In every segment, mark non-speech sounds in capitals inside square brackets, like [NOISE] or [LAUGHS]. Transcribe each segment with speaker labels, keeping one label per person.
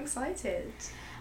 Speaker 1: excited.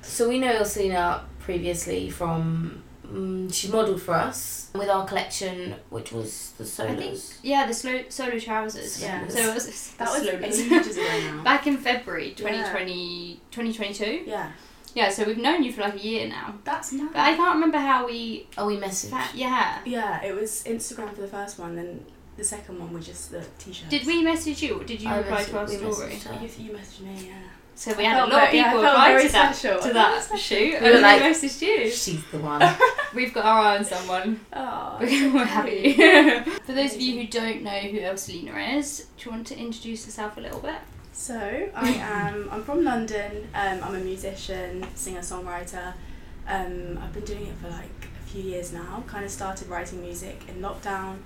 Speaker 2: So we know Elsina previously from mm she modelled for us with our collection, which was the
Speaker 3: I
Speaker 2: solos.
Speaker 3: think yeah, the slow, solo trousers. Yeah,
Speaker 2: Solos.
Speaker 3: so it [LAUGHS] was,
Speaker 1: That was
Speaker 3: slowly.
Speaker 1: ages ago [LAUGHS] now.
Speaker 3: back in February 2020, 2022.
Speaker 1: Yeah,
Speaker 3: Yeah, so we've known you for like a year now,
Speaker 1: that's nice.
Speaker 3: but I can't remember how we.
Speaker 2: Oh, we messaged.
Speaker 3: fa- Yeah,
Speaker 1: yeah, it was Instagram for the first one, then the second one was just the t-shirts.
Speaker 3: did we message you? or Did you
Speaker 2: I
Speaker 3: reply to our
Speaker 2: messaged- we
Speaker 3: story?
Speaker 2: messaged her.
Speaker 1: You, you messaged me, yeah.
Speaker 3: So we
Speaker 1: I
Speaker 3: had a
Speaker 1: felt
Speaker 3: lot of
Speaker 1: very- yeah, I
Speaker 3: people
Speaker 1: felt
Speaker 3: reply
Speaker 1: very
Speaker 3: to that
Speaker 1: special.
Speaker 3: to
Speaker 1: I
Speaker 3: that
Speaker 1: felt
Speaker 3: shoot, and
Speaker 2: We were
Speaker 3: then
Speaker 2: like-
Speaker 3: [LAUGHS] we messaged you.
Speaker 2: She's the one. [LAUGHS]
Speaker 3: We've got our eye on someone.
Speaker 1: [LAUGHS] Oh,
Speaker 3: [LAUGHS] We're happy. [LAUGHS] For those of you who don't know who Elselina is, do you want to introduce yourself a little bit?
Speaker 1: So I am. I'm from London. Um, I'm a musician, singer, songwriter. Um, I've been doing it for like a few years now. Kind of started writing music in lockdown,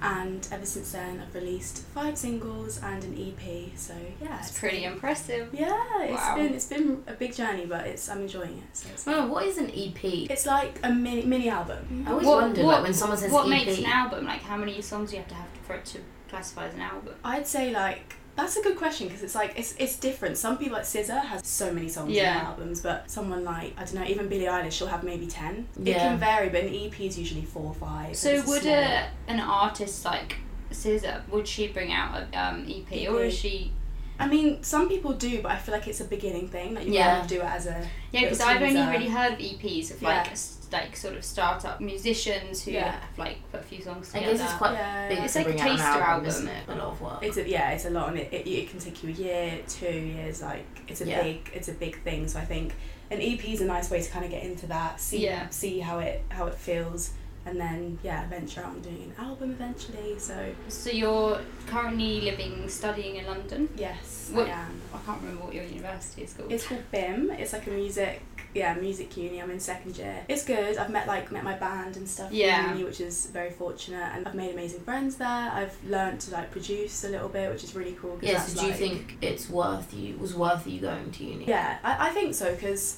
Speaker 1: and ever since then I've released five singles and an EP. So yeah,
Speaker 3: That's
Speaker 1: it's
Speaker 3: pretty
Speaker 1: been-
Speaker 3: impressive.
Speaker 1: Yeah, it's
Speaker 3: Wow.
Speaker 1: been it's been a big journey, but it's I'm enjoying it. So it's,
Speaker 2: Oh, what is an EP?
Speaker 1: it's like a mini, mini album.
Speaker 2: I always
Speaker 3: What-
Speaker 2: wonder
Speaker 3: what-
Speaker 2: like, when someone says E
Speaker 3: What
Speaker 2: EP.
Speaker 3: makes an album? Like, how many songs do you have to have to, for it to classify as an album?
Speaker 1: I'd say like that's a good question because it's like it's it's different. Some people like SZA has so many songs in
Speaker 3: Yeah.
Speaker 1: her albums, but someone like I don't know, even Billie Eilish, she'll have maybe ten. It
Speaker 2: Yeah.
Speaker 1: can vary, but an EP is usually four or five. and
Speaker 3: So
Speaker 1: it's
Speaker 3: would
Speaker 1: small.
Speaker 3: a, an artist like Scissor would she bring out an um, EP,
Speaker 2: E
Speaker 3: or is she?
Speaker 1: I mean, some people do, but I feel like it's a beginning thing that you
Speaker 2: Yeah.
Speaker 1: kind of do it as a
Speaker 3: Yeah, because
Speaker 1: Little
Speaker 3: I've only
Speaker 1: teaser.
Speaker 3: really heard of EPs of
Speaker 1: Yeah.
Speaker 3: like s- like sort of startup musicians who
Speaker 1: Yeah.
Speaker 3: have like put a few songs
Speaker 2: I
Speaker 3: together.
Speaker 2: guess it's quite
Speaker 1: yeah.
Speaker 2: big
Speaker 3: It's
Speaker 2: to
Speaker 3: like a
Speaker 2: bring out an
Speaker 3: taster
Speaker 2: album,
Speaker 3: album.
Speaker 2: isn't it? A lot of work.
Speaker 1: It's a, yeah, it's a lot, and it, it, it can take you a year, two years. Like it's a
Speaker 2: Yeah.
Speaker 1: big it's a big thing. So I think an EP is a nice way to kind of get into that, see
Speaker 3: Yeah.
Speaker 1: see how it how it feels, and then yeah, venture out and doing an album eventually. So
Speaker 3: So you're currently living, studying in London.
Speaker 1: yes,
Speaker 3: What-
Speaker 1: I am.
Speaker 3: I can't remember what your university is called.
Speaker 1: It's called BIM. It's like a music yeah music uni. I'm in second year. It's good. I've met like met my band and stuff. in
Speaker 3: Yeah.
Speaker 1: Uni, which is very fortunate, and I've made amazing friends there. I've learned to like produce a little bit, which is really cool. 'cause
Speaker 2: yeah,
Speaker 1: that's,
Speaker 2: so do you
Speaker 1: like-
Speaker 2: think it's worth you was worth you going to uni?
Speaker 1: Yeah, I, I think so because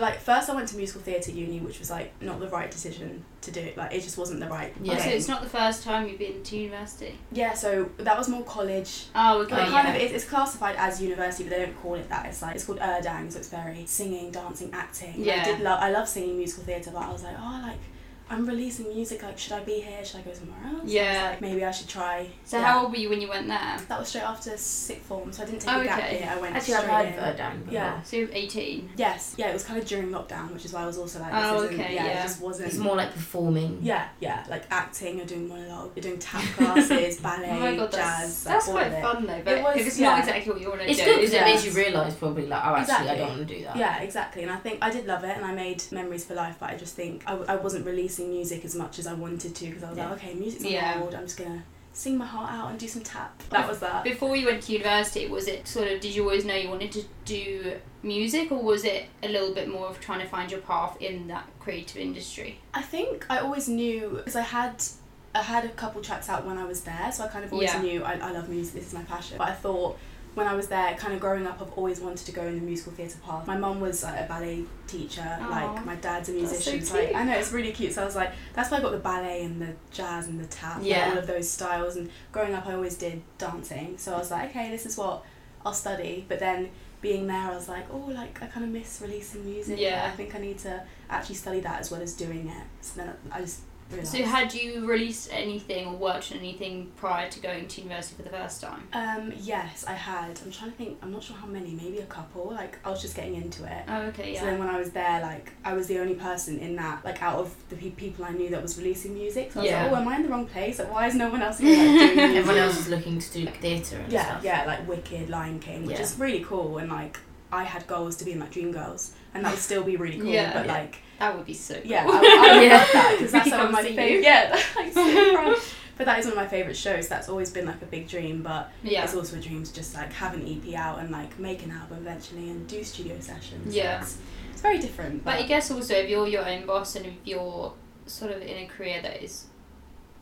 Speaker 1: like first I went to musical theatre uni, which was like not the right decision to do. Like it just wasn't the right.
Speaker 2: Yeah.
Speaker 3: Oh, so
Speaker 1: thing.
Speaker 3: it's not the first time you've been to university.
Speaker 1: yeah. So that was more college.
Speaker 3: Oh, okay.
Speaker 1: Like,
Speaker 2: Oh,
Speaker 1: kind
Speaker 3: yeah.
Speaker 1: of, it's, it's classified as university, but they don't call it that. It's like it's called Erdang, so it's very singing, dancing, acting. And I
Speaker 3: Yeah.
Speaker 1: did love. I love singing musical theatre, but I was like, oh, like I'm releasing music. Like, should I be here? Should I go somewhere else? I was
Speaker 3: Yeah.
Speaker 1: like, maybe I should try.
Speaker 3: So
Speaker 1: yeah.
Speaker 3: how old were you when you went there?
Speaker 1: That was straight after sixth form, so I didn't take
Speaker 3: Oh,
Speaker 1: a gap
Speaker 3: okay.
Speaker 1: year. I went
Speaker 2: Actually,
Speaker 1: straight
Speaker 2: I've heard
Speaker 1: in.
Speaker 2: of Erdang before.
Speaker 1: Yeah.
Speaker 3: So you were 18.
Speaker 1: Yes, yeah, it was kind of during lockdown, which is why I was also like, this
Speaker 3: Oh,
Speaker 1: isn't,
Speaker 3: okay,
Speaker 1: yeah,
Speaker 3: yeah.
Speaker 1: it just wasn't.
Speaker 2: It's more like performing.
Speaker 1: yeah, yeah, like acting, you're doing monologue, you're
Speaker 3: [LAUGHS]
Speaker 1: doing tap classes, ballet,
Speaker 3: oh my god, that's,
Speaker 1: jazz. like,
Speaker 3: that's
Speaker 1: all
Speaker 3: quite
Speaker 1: of it.
Speaker 3: fun though. But
Speaker 1: It was,
Speaker 3: if it's
Speaker 1: yeah.
Speaker 3: not exactly what you want to
Speaker 2: It's
Speaker 3: do,
Speaker 2: good because
Speaker 1: yeah.
Speaker 2: it makes you realise probably like oh actually I
Speaker 1: Exactly.
Speaker 2: don't want to do that.
Speaker 1: Yeah, exactly. And I think I did love it and I made memories for life, but I just think I, I wasn't releasing music as much as I wanted to because I was
Speaker 2: Yeah.
Speaker 1: like, okay, music's on
Speaker 3: Yeah.
Speaker 1: hold, I'm just gonna sing my heart out and do some tap. That was that.
Speaker 3: Before you went to university, was it sort of did you always know you wanted to do music, or was it a little bit more of trying to find your path in that creative industry?
Speaker 1: I think I always knew because I had I had a couple tracks out when I was there, so I kind of always
Speaker 3: Yeah.
Speaker 1: knew I, I love music. This is my passion. But I thought when I was there, kind of growing up, I've always wanted to go in the musical theatre path. My mum was like a ballet teacher,
Speaker 3: Aw,
Speaker 1: like my dad's a musician.
Speaker 3: so
Speaker 1: so like,
Speaker 3: cute.
Speaker 1: I know it's really cute. So I was like, that's why I got the ballet and the jazz and the tap, and
Speaker 2: Yeah.
Speaker 1: all of those styles. And growing up, I always did dancing. So I was like, okay, this is what I'll study. But then being there, I was like, oh, like I kind of miss releasing music.
Speaker 3: Yeah.
Speaker 1: I think I need to actually study that as well as doing it. So then I just realised.
Speaker 3: So had you released anything or worked on anything prior to going to university for the first time?
Speaker 1: um, yes, I had. I'm trying to think. I'm not sure how many. Maybe a couple. Like I was just getting into it.
Speaker 3: Oh, okay,
Speaker 1: So
Speaker 3: yeah.
Speaker 1: then when I was there, like I was the only person in that, like out of the pe- people I knew that was releasing music. So I was
Speaker 3: Yeah.
Speaker 1: like, oh, am I in the wrong place? Like why is no one else here
Speaker 3: [LAUGHS]
Speaker 1: like, doing music?
Speaker 2: Everyone else is looking to do like theatre and
Speaker 1: yeah,
Speaker 2: stuff.
Speaker 1: yeah, like Wicked, Lion King, which
Speaker 2: Yeah.
Speaker 1: is really cool. And like I had goals to be in like Dreamgirls, and that would still be really cool.
Speaker 3: Yeah.
Speaker 1: but
Speaker 2: Yeah.
Speaker 1: like
Speaker 3: that would be so. [LAUGHS]
Speaker 1: Yeah, I,
Speaker 3: cool.
Speaker 2: [LAUGHS]
Speaker 1: I
Speaker 2: Yeah.
Speaker 1: love that because that's
Speaker 3: We
Speaker 1: one of
Speaker 3: come
Speaker 1: my
Speaker 3: see you.
Speaker 1: favorite. Yeah, [LAUGHS] like, so proud. but that is one of my favorite shows. That's always been like a big dream, but
Speaker 3: yeah.
Speaker 1: it's also a dream to just like have an EP out and like make an album eventually and do studio sessions.
Speaker 3: Yeah.
Speaker 1: it's, it's very different.
Speaker 3: But
Speaker 1: But,
Speaker 3: I guess also if you're your own boss and if you're sort of in a career that is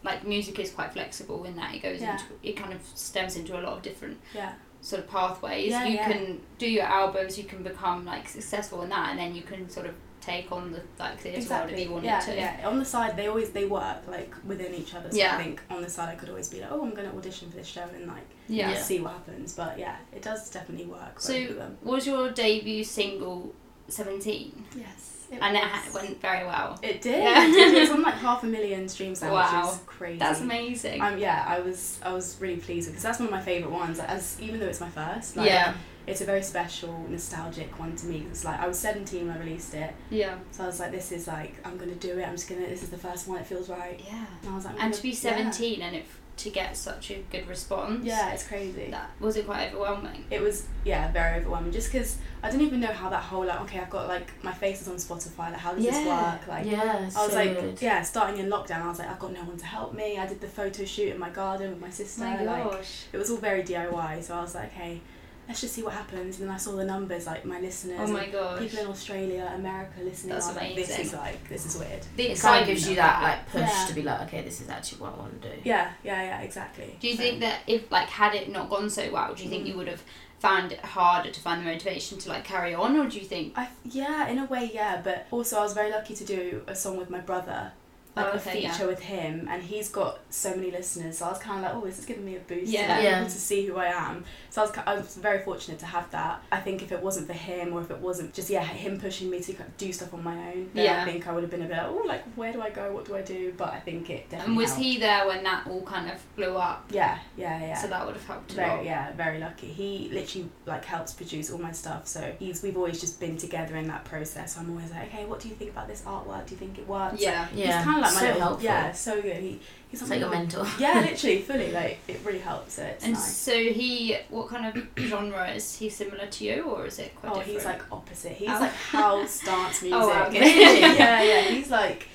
Speaker 3: like music is quite flexible in that it goes
Speaker 1: Yeah.
Speaker 3: into it kind of stems into a lot of different
Speaker 1: yeah,
Speaker 3: sort of pathways.
Speaker 1: Yeah,
Speaker 3: you
Speaker 1: yeah.
Speaker 3: can do your albums, you can become like successful in that and then you can sort of take on the like theatre world if
Speaker 1: Exactly.
Speaker 3: you wanted
Speaker 1: yeah,
Speaker 3: to.
Speaker 1: yeah. On the side, they always they work like within each other. So
Speaker 3: Yeah.
Speaker 1: I think on the side, I could always be like, oh, I'm gonna audition for this show and like
Speaker 3: Yeah.
Speaker 2: Yeah.
Speaker 1: see what happens. But yeah, it does definitely work.
Speaker 3: So-
Speaker 1: both of them.
Speaker 3: Was your debut single Seventeen?
Speaker 1: yes,
Speaker 3: And it ha- went very well.
Speaker 1: It did.
Speaker 3: Yeah.
Speaker 1: It did. It's on like half a million streams now,
Speaker 3: Wow.
Speaker 1: which is crazy.
Speaker 3: That's amazing.
Speaker 1: Um, yeah, I was I was really pleased because that's one of my favorite ones. As even though it's my first, like,
Speaker 2: yeah.
Speaker 1: it's a very special, nostalgic one to me. 'cause It's like I was seventeen when I released it,
Speaker 3: yeah.
Speaker 1: so I was like, this is like I'm gonna do it. I'm just gonna. This is the first one. It feels right.
Speaker 3: Yeah.
Speaker 1: And I was like, I'm
Speaker 3: And
Speaker 1: gonna-
Speaker 3: to be
Speaker 1: yeah.
Speaker 3: seventeen and if to get such a good response.
Speaker 1: Yeah, it's crazy.
Speaker 3: That was it quite overwhelming.
Speaker 1: It was yeah very overwhelming just because I didn't even know how that whole like okay I've got like my face is on Spotify like how does this
Speaker 3: Yeah.
Speaker 1: work like
Speaker 2: yeah.
Speaker 1: I was
Speaker 2: so
Speaker 1: like
Speaker 2: good.
Speaker 1: yeah starting in lockdown I was like I've got no one to help me I did the photo shoot in my garden with my sister
Speaker 3: my
Speaker 1: like
Speaker 3: gosh.
Speaker 1: it was all very DIY so I was like hey let's just see what happens and then I saw the numbers like my listeners
Speaker 3: oh my
Speaker 1: and
Speaker 3: gosh.
Speaker 1: people in Australia America listening
Speaker 3: That's
Speaker 1: I was like this
Speaker 3: amazing.
Speaker 1: is like this is weird
Speaker 3: the
Speaker 2: It kind of gives you that like push
Speaker 1: Yeah.
Speaker 2: to be like, okay, this is actually what I want to do.
Speaker 1: yeah yeah yeah exactly
Speaker 3: Do you
Speaker 1: So-
Speaker 3: think that if like had it not gone so well, do you
Speaker 1: Mm.
Speaker 3: think you would have found it harder to find the motivation to like carry on, or do you think?
Speaker 1: I yeah, in a way, yeah. But also, I was very lucky to do a song with my brother, like
Speaker 3: Oh,
Speaker 1: a
Speaker 3: okay,
Speaker 1: feature
Speaker 3: yeah.
Speaker 1: with him, and he's got so many listeners. So I was kind of like, oh, this is giving me a boost.
Speaker 3: Yeah.
Speaker 1: to, like,
Speaker 2: Yeah.
Speaker 1: people to see who I am. So I was, ki- I was very fortunate to have that. I think if it wasn't for him, or if it wasn't just yeah him pushing me to kind of do stuff on my own, then
Speaker 3: Yeah.
Speaker 1: I think I would have been a bit like, oh, like where do I go? What do I do? But I think it definitely.
Speaker 3: And was
Speaker 1: helped.
Speaker 3: he there when that all kind of blew up?
Speaker 1: Yeah, yeah, yeah.
Speaker 3: So that would have helped a lot.
Speaker 1: Very, yeah, very lucky. He literally like helps produce all my stuff, so he's we've always just been together in that process. So I'm always like, okay, what do you think about this artwork? Do you think it works?
Speaker 3: Yeah.
Speaker 2: Yeah.
Speaker 1: he's kind of like my
Speaker 2: so
Speaker 1: little,
Speaker 2: helpful.
Speaker 1: yeah, so good. He, he's
Speaker 2: It's like a
Speaker 1: "Oh,
Speaker 2: mentor.
Speaker 1: yeah, literally, fully like it really helps. So it's
Speaker 3: And
Speaker 1: nice.
Speaker 3: so he, what kind of [CLEARS THROAT] genre is he similar to you, or is it quite
Speaker 1: Oh,
Speaker 3: different?
Speaker 1: he's like opposite. He's
Speaker 3: Oh.
Speaker 1: like house dance music.
Speaker 3: Oh, wow, really?
Speaker 1: yeah, yeah. He's like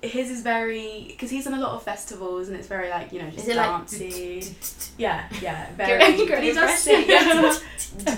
Speaker 1: his is very because he's in a lot of festivals and it's very like you know just
Speaker 2: Is it like-
Speaker 1: dancey.
Speaker 2: [LAUGHS]
Speaker 1: yeah, yeah, very.
Speaker 3: Great- great
Speaker 1: but he does [LAUGHS] sing.
Speaker 3: impression.
Speaker 1: yeah.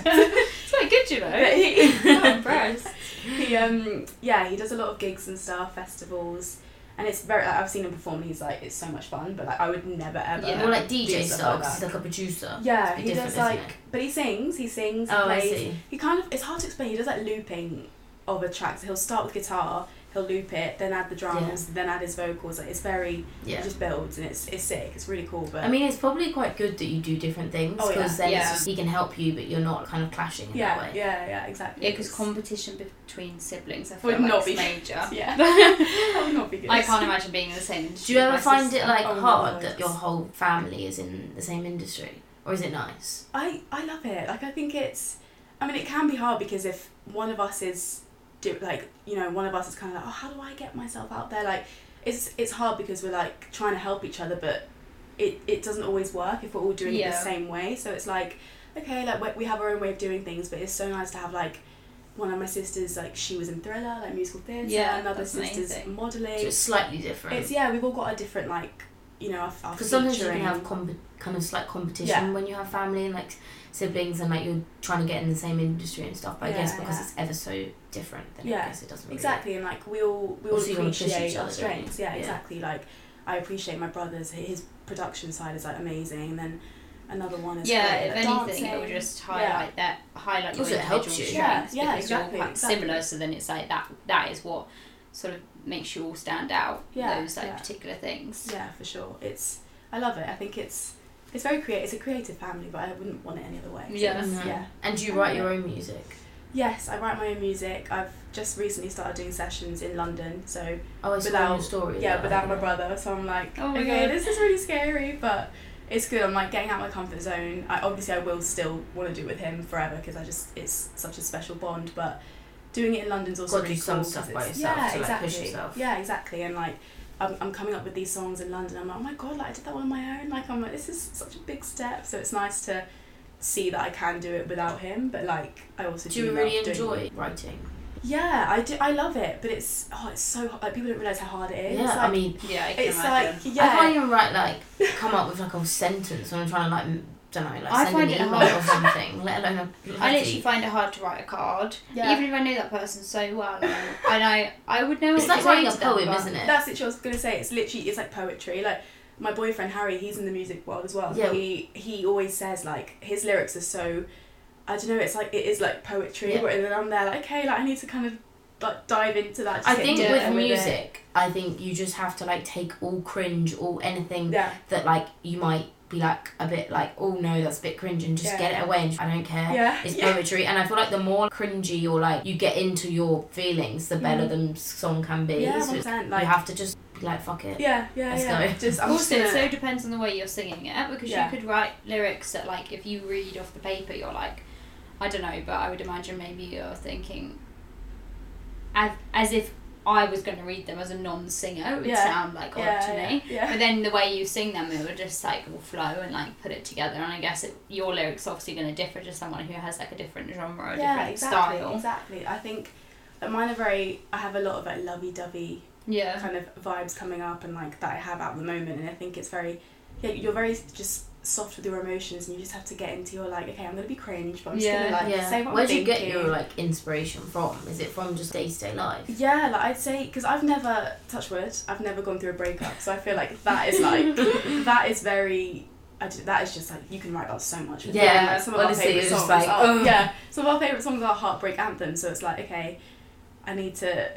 Speaker 2: [LAUGHS]
Speaker 3: it's quite good, you know.
Speaker 1: But he- [LAUGHS]
Speaker 2: [LAUGHS]
Speaker 3: I'm impressed.
Speaker 1: he um yeah he does a lot of gigs and stuff festivals and it's very like, i've seen him perform and he's like it's so much fun but like i would never ever
Speaker 3: Yeah.
Speaker 2: More like
Speaker 1: do
Speaker 2: DJ
Speaker 1: stuff
Speaker 2: style.
Speaker 1: like
Speaker 2: 'cause
Speaker 1: that.
Speaker 2: he's like a producer.
Speaker 1: yeah
Speaker 2: It's a bit
Speaker 1: he does
Speaker 2: different,
Speaker 1: like
Speaker 2: isn't
Speaker 1: but he sings he sings he
Speaker 2: Oh, I
Speaker 1: plays
Speaker 2: see.
Speaker 1: he kind of it's hard to explain he does like looping of a track so he'll start with guitar he'll loop it then add the drums then add his vocals like it's very it
Speaker 2: Yeah.
Speaker 1: just builds and it's it's sick it's really cool but
Speaker 2: I mean, it's probably quite good that you do different things
Speaker 1: Oh, yeah.
Speaker 2: because then It's
Speaker 3: Yeah.
Speaker 2: just, he can help you, but you're not kind of clashing in
Speaker 1: yeah
Speaker 2: that way.
Speaker 1: yeah yeah exactly
Speaker 3: Yeah, because competition between siblings, I feel
Speaker 1: Would
Speaker 3: like
Speaker 1: not
Speaker 3: is
Speaker 1: be- [LAUGHS]
Speaker 3: major. [LAUGHS]
Speaker 1: yeah
Speaker 2: [LAUGHS]
Speaker 1: that would not be good
Speaker 3: I can't imagine being in the same.
Speaker 2: Do you ever
Speaker 3: industry with my
Speaker 2: find
Speaker 3: sister.
Speaker 2: it like
Speaker 1: Oh,
Speaker 2: hard
Speaker 1: no.
Speaker 2: that your whole family is in the same industry, or is it nice?
Speaker 1: I, I love it. Like I think it's I mean it can be hard because if one of us is do like you know one of us is kind of like oh how do I get myself out there like it's it's hard because we're like trying to help each other but it it doesn't always work if we're all doing it
Speaker 3: Yeah.
Speaker 1: the same way so it's like okay like we- we have our own way of doing things but it's so nice to have like one of my sisters like she was in thriller like musical theatre
Speaker 3: Yeah,
Speaker 1: another
Speaker 3: that's
Speaker 1: sister's
Speaker 3: amazing.
Speaker 1: modelling
Speaker 2: So it's slightly different.
Speaker 1: it's yeah we've all got a different like you know our, our
Speaker 2: Because sometimes you can
Speaker 1: featuring.
Speaker 2: have comp- kind of slight competition
Speaker 1: Yeah.
Speaker 2: when you have family and like siblings and like you're trying to get in the same industry and stuff. But I guess
Speaker 1: Yeah,
Speaker 2: because
Speaker 1: yeah.
Speaker 2: it's ever so different, then I
Speaker 1: Yeah,
Speaker 2: guess it doesn't really
Speaker 1: Exactly, and like we all we all
Speaker 2: Also, you wanna push
Speaker 1: appreciate
Speaker 2: each
Speaker 1: our
Speaker 2: other,
Speaker 1: strengths.
Speaker 2: don't you?
Speaker 1: Yeah,
Speaker 2: Yeah.
Speaker 1: exactly. Like I appreciate my brother's his production side is like amazing, and then another one is
Speaker 3: Yeah,
Speaker 1: great,
Speaker 3: if
Speaker 1: like,
Speaker 3: anything, it
Speaker 1: dancing.
Speaker 3: would just
Speaker 1: Yeah.
Speaker 3: highlight that highlight your
Speaker 2: Also, it
Speaker 3: individual
Speaker 2: helps you.
Speaker 3: strengths
Speaker 1: Yeah,
Speaker 3: because
Speaker 1: yeah,
Speaker 3: you're
Speaker 1: exactly,
Speaker 3: quite
Speaker 1: exactly.
Speaker 3: similar. So then it's like that. That is what sort of makes you all stand out.
Speaker 1: Yeah,
Speaker 3: those like
Speaker 1: yeah.
Speaker 3: particular things.
Speaker 1: yeah, for sure. It's I love it. I think it's it's very creative. It's a creative family, but I wouldn't want it any other way. So
Speaker 3: Yeah.
Speaker 1: it's-
Speaker 2: Mhm.
Speaker 1: yeah.
Speaker 2: And do you write your own music?
Speaker 1: Yes, I write my own music. I've just recently started doing sessions in London, so
Speaker 2: Oh, I saw
Speaker 1: Without-
Speaker 2: your story.
Speaker 1: yeah,
Speaker 2: that,
Speaker 1: without my
Speaker 2: like-
Speaker 1: brother. So I'm like,
Speaker 3: Oh my
Speaker 1: okay,
Speaker 3: God.
Speaker 1: this is really scary, but it's good. I'm like getting out of my comfort zone. I obviously I will still want to do it with him forever because I just it's such a special bond. But doing it in London's also
Speaker 2: Gotta do
Speaker 1: really
Speaker 2: some
Speaker 1: cool
Speaker 2: stuff
Speaker 1: 'cause
Speaker 2: by
Speaker 1: it's-
Speaker 2: yourself
Speaker 1: Yeah,
Speaker 2: to, like, push
Speaker 1: exactly.
Speaker 2: yourself.
Speaker 1: Yeah, exactly. And like. I'm, I'm coming up with these songs in London. I'm like, oh my god, like I did that one on my own. Like I'm like, this is such a big step. So it's nice to see that I can do it without him. But like, I also
Speaker 2: Do you
Speaker 1: love
Speaker 2: really
Speaker 1: doing it.
Speaker 2: enjoy writing?
Speaker 1: Yeah, I do. I love it, but it's oh, it's so like people don't realize how hard it is.
Speaker 2: yeah,
Speaker 1: Like,
Speaker 2: I mean,
Speaker 3: Yeah, I can
Speaker 1: it's like
Speaker 3: imagine.
Speaker 1: yeah.
Speaker 2: I can't even write like
Speaker 1: [LAUGHS]
Speaker 2: come up with like a sentence when I'm trying to like m- don't know like
Speaker 3: I
Speaker 2: send
Speaker 3: find
Speaker 2: an
Speaker 3: it
Speaker 2: email
Speaker 3: hard.
Speaker 2: or something, [LAUGHS] let alone a bloody.
Speaker 3: I literally find it hard to write a card,
Speaker 1: Yeah.
Speaker 3: even if I know that person so well. and I, I would know.
Speaker 2: it's
Speaker 3: it
Speaker 2: like
Speaker 3: to
Speaker 2: writing a
Speaker 3: say to them,
Speaker 2: poem,
Speaker 3: but-
Speaker 2: isn't it?
Speaker 1: That's it. I was gonna say it's literally it's like poetry. Like my boyfriend Harry, he's in the music world as well.
Speaker 2: Yeah.
Speaker 1: He he always says like his lyrics are so. I don't know. It's like it is like poetry,
Speaker 2: Yeah.
Speaker 1: but then I'm there like, okay, like I need to kind of but dive into that. Just
Speaker 2: I
Speaker 1: get
Speaker 2: think
Speaker 1: dirty
Speaker 2: with
Speaker 1: it.
Speaker 2: music, I think you just have to like take all cringe, all anything
Speaker 1: Yeah,
Speaker 2: that like you might be like a bit like, oh no, that's a bit cringe, and just
Speaker 1: Yeah.
Speaker 2: get it away. And I don't care.
Speaker 1: yeah,
Speaker 2: It's
Speaker 1: yeah.
Speaker 2: poetry, and I feel like the more cringy or like you get into your feelings, the better
Speaker 1: Mhm.
Speaker 2: the song can be.
Speaker 1: Yeah,
Speaker 2: So
Speaker 1: 100%,
Speaker 2: you
Speaker 1: like,
Speaker 2: have to just be like, fuck it.
Speaker 1: yeah, yeah,
Speaker 2: Let's
Speaker 1: yeah.
Speaker 2: go.
Speaker 1: Just I'm
Speaker 3: Also, it
Speaker 1: just
Speaker 3: so
Speaker 1: gonna,
Speaker 3: depends on the way you're singing it because
Speaker 1: Yeah.
Speaker 3: you could write lyrics that, like, if you read off the paper, you're like, I don't know, but I would imagine maybe you're thinking, as as if I was going to read them as a non-singer, it would
Speaker 1: Yeah.
Speaker 3: sound like odd
Speaker 1: yeah,
Speaker 3: to
Speaker 1: yeah,
Speaker 3: me.
Speaker 1: yeah. [LAUGHS]
Speaker 3: But then the way you sing them, it would just like all flow and like put it together. And I guess it, your lyrics obviously going to differ to someone who has like a different genre or
Speaker 1: yeah,
Speaker 3: different
Speaker 1: exactly,
Speaker 3: style.
Speaker 1: exactly. I think that mine are very. I have a lot of like lovey-dovey
Speaker 3: Yeah.
Speaker 1: kind of vibes coming up and like that I have at the moment, and I think it's very. Yeah, you're very just soft with your emotions, and you just have to get into your like. Okay, I'm gonna be cringe, but I'm just
Speaker 3: Yeah,
Speaker 1: gonna like say what
Speaker 2: Where
Speaker 1: I'm
Speaker 2: do you get
Speaker 1: thinking.
Speaker 2: your like inspiration from? Is it from just day to day
Speaker 1: [LAUGHS]
Speaker 2: life?
Speaker 1: Yeah, like I'd say because I've never touch wood, I've never gone through a breakup, so I feel like that is like that is very. I d- that is just like you can write about so much. with
Speaker 2: Yeah,
Speaker 1: them, like, some of
Speaker 2: honestly,
Speaker 1: our favorite
Speaker 2: it's
Speaker 1: songs.
Speaker 2: just like, oh.
Speaker 1: are,
Speaker 2: ugh.
Speaker 1: Yeah, some of our favorite songs are heartbreak anthems. So it's like okay, I need to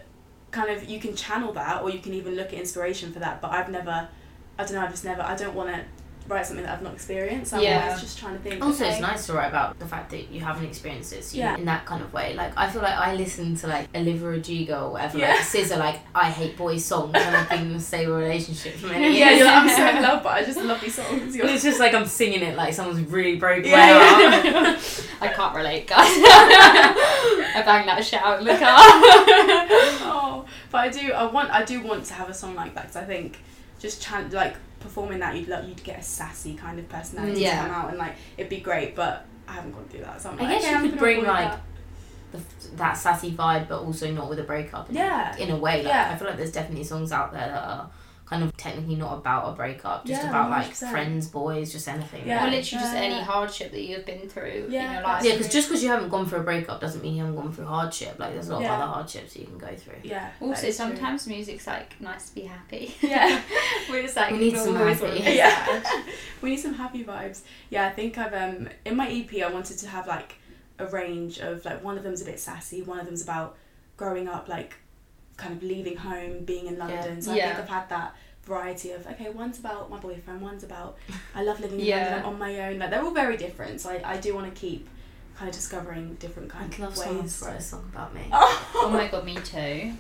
Speaker 1: kind of you can channel that, or you can even look at inspiration for that. But I've never, I don't know, I've just never. I don't want to write something that I've not experienced. I'm
Speaker 3: Yeah.
Speaker 1: always just trying to think.
Speaker 2: Also, it's
Speaker 1: okay,
Speaker 2: nice to write about the fact that you haven't experienced it so you-
Speaker 1: Yeah.
Speaker 2: in that kind of way. Like, I feel like I listen to like Olivia Rodrigo or whatever,
Speaker 1: Yeah.
Speaker 2: like Scissor, like I hate boys songs, and I've been in a stable relationship for many
Speaker 1: [LAUGHS] Yeah,
Speaker 2: years.
Speaker 1: you're like, I'm so in love, but I just love these songs. You're
Speaker 2: And [LAUGHS] it's just like I'm singing it like someone's really broke
Speaker 1: Yeah,
Speaker 2: my
Speaker 1: yeah. [LAUGHS]
Speaker 2: heart.
Speaker 3: [LAUGHS] I can't relate, guys. [LAUGHS] I bang that shout, look up.
Speaker 1: [LAUGHS] oh, but I do. I want. I do want to have a song like that because I think just chan- like performing that, you'd lo- you'd get a sassy kind of personality
Speaker 3: Yeah.
Speaker 1: to come out, and like it'd be great. But I haven't gone through that, so I'm
Speaker 2: I
Speaker 1: like,
Speaker 2: guess
Speaker 1: okay,
Speaker 2: you
Speaker 1: I'm
Speaker 2: could
Speaker 1: gonna
Speaker 2: bring,
Speaker 1: avoid
Speaker 2: like,
Speaker 1: that.
Speaker 2: The, f- that sassy vibe, but also not with a breakup. In,
Speaker 1: Yeah.
Speaker 2: In a way, like,
Speaker 1: Yeah.
Speaker 2: I feel like there's definitely songs out there that are kind of technically not about a breakup, just
Speaker 1: Yeah,
Speaker 2: about like
Speaker 1: 100%.
Speaker 2: friends, boys, just anything.
Speaker 1: Yeah.
Speaker 3: Or
Speaker 2: really.
Speaker 3: literally just
Speaker 1: Yeah.
Speaker 3: any hardship that you've been through in
Speaker 1: Yeah,
Speaker 3: your life.
Speaker 2: Yeah, because just because you haven't gone through a breakup doesn't mean you haven't gone through hardship. Like there's a lot
Speaker 1: Yeah.
Speaker 2: of other hardships that you can go through.
Speaker 1: yeah. that
Speaker 3: Also,
Speaker 1: is true.
Speaker 3: sometimes music's like nice to be happy. [LAUGHS]
Speaker 1: Yeah.
Speaker 3: We're just like,
Speaker 2: We need some
Speaker 3: always
Speaker 2: happy.
Speaker 3: wanna be
Speaker 1: Yeah.
Speaker 3: sad.
Speaker 1: we need some happy vibes. Yeah, I think I've um in my EP I wanted to have like a range of like one of them's a bit sassy, one of them's about growing up, like kind of leaving home, being in London. So I
Speaker 3: Yeah.
Speaker 1: think I've had that variety of okay, one's about my boyfriend, one's about I love living in
Speaker 3: Yeah.
Speaker 1: London, I'm on my own. Like they're all very different. So I, I do want to keep kind of discovering different kind
Speaker 2: I'd
Speaker 1: of
Speaker 2: love someone
Speaker 1: ways. [LAUGHS]
Speaker 2: to write a song about me.
Speaker 3: Oh
Speaker 1: Oh,
Speaker 3: my
Speaker 1: [LAUGHS]
Speaker 3: god, me too.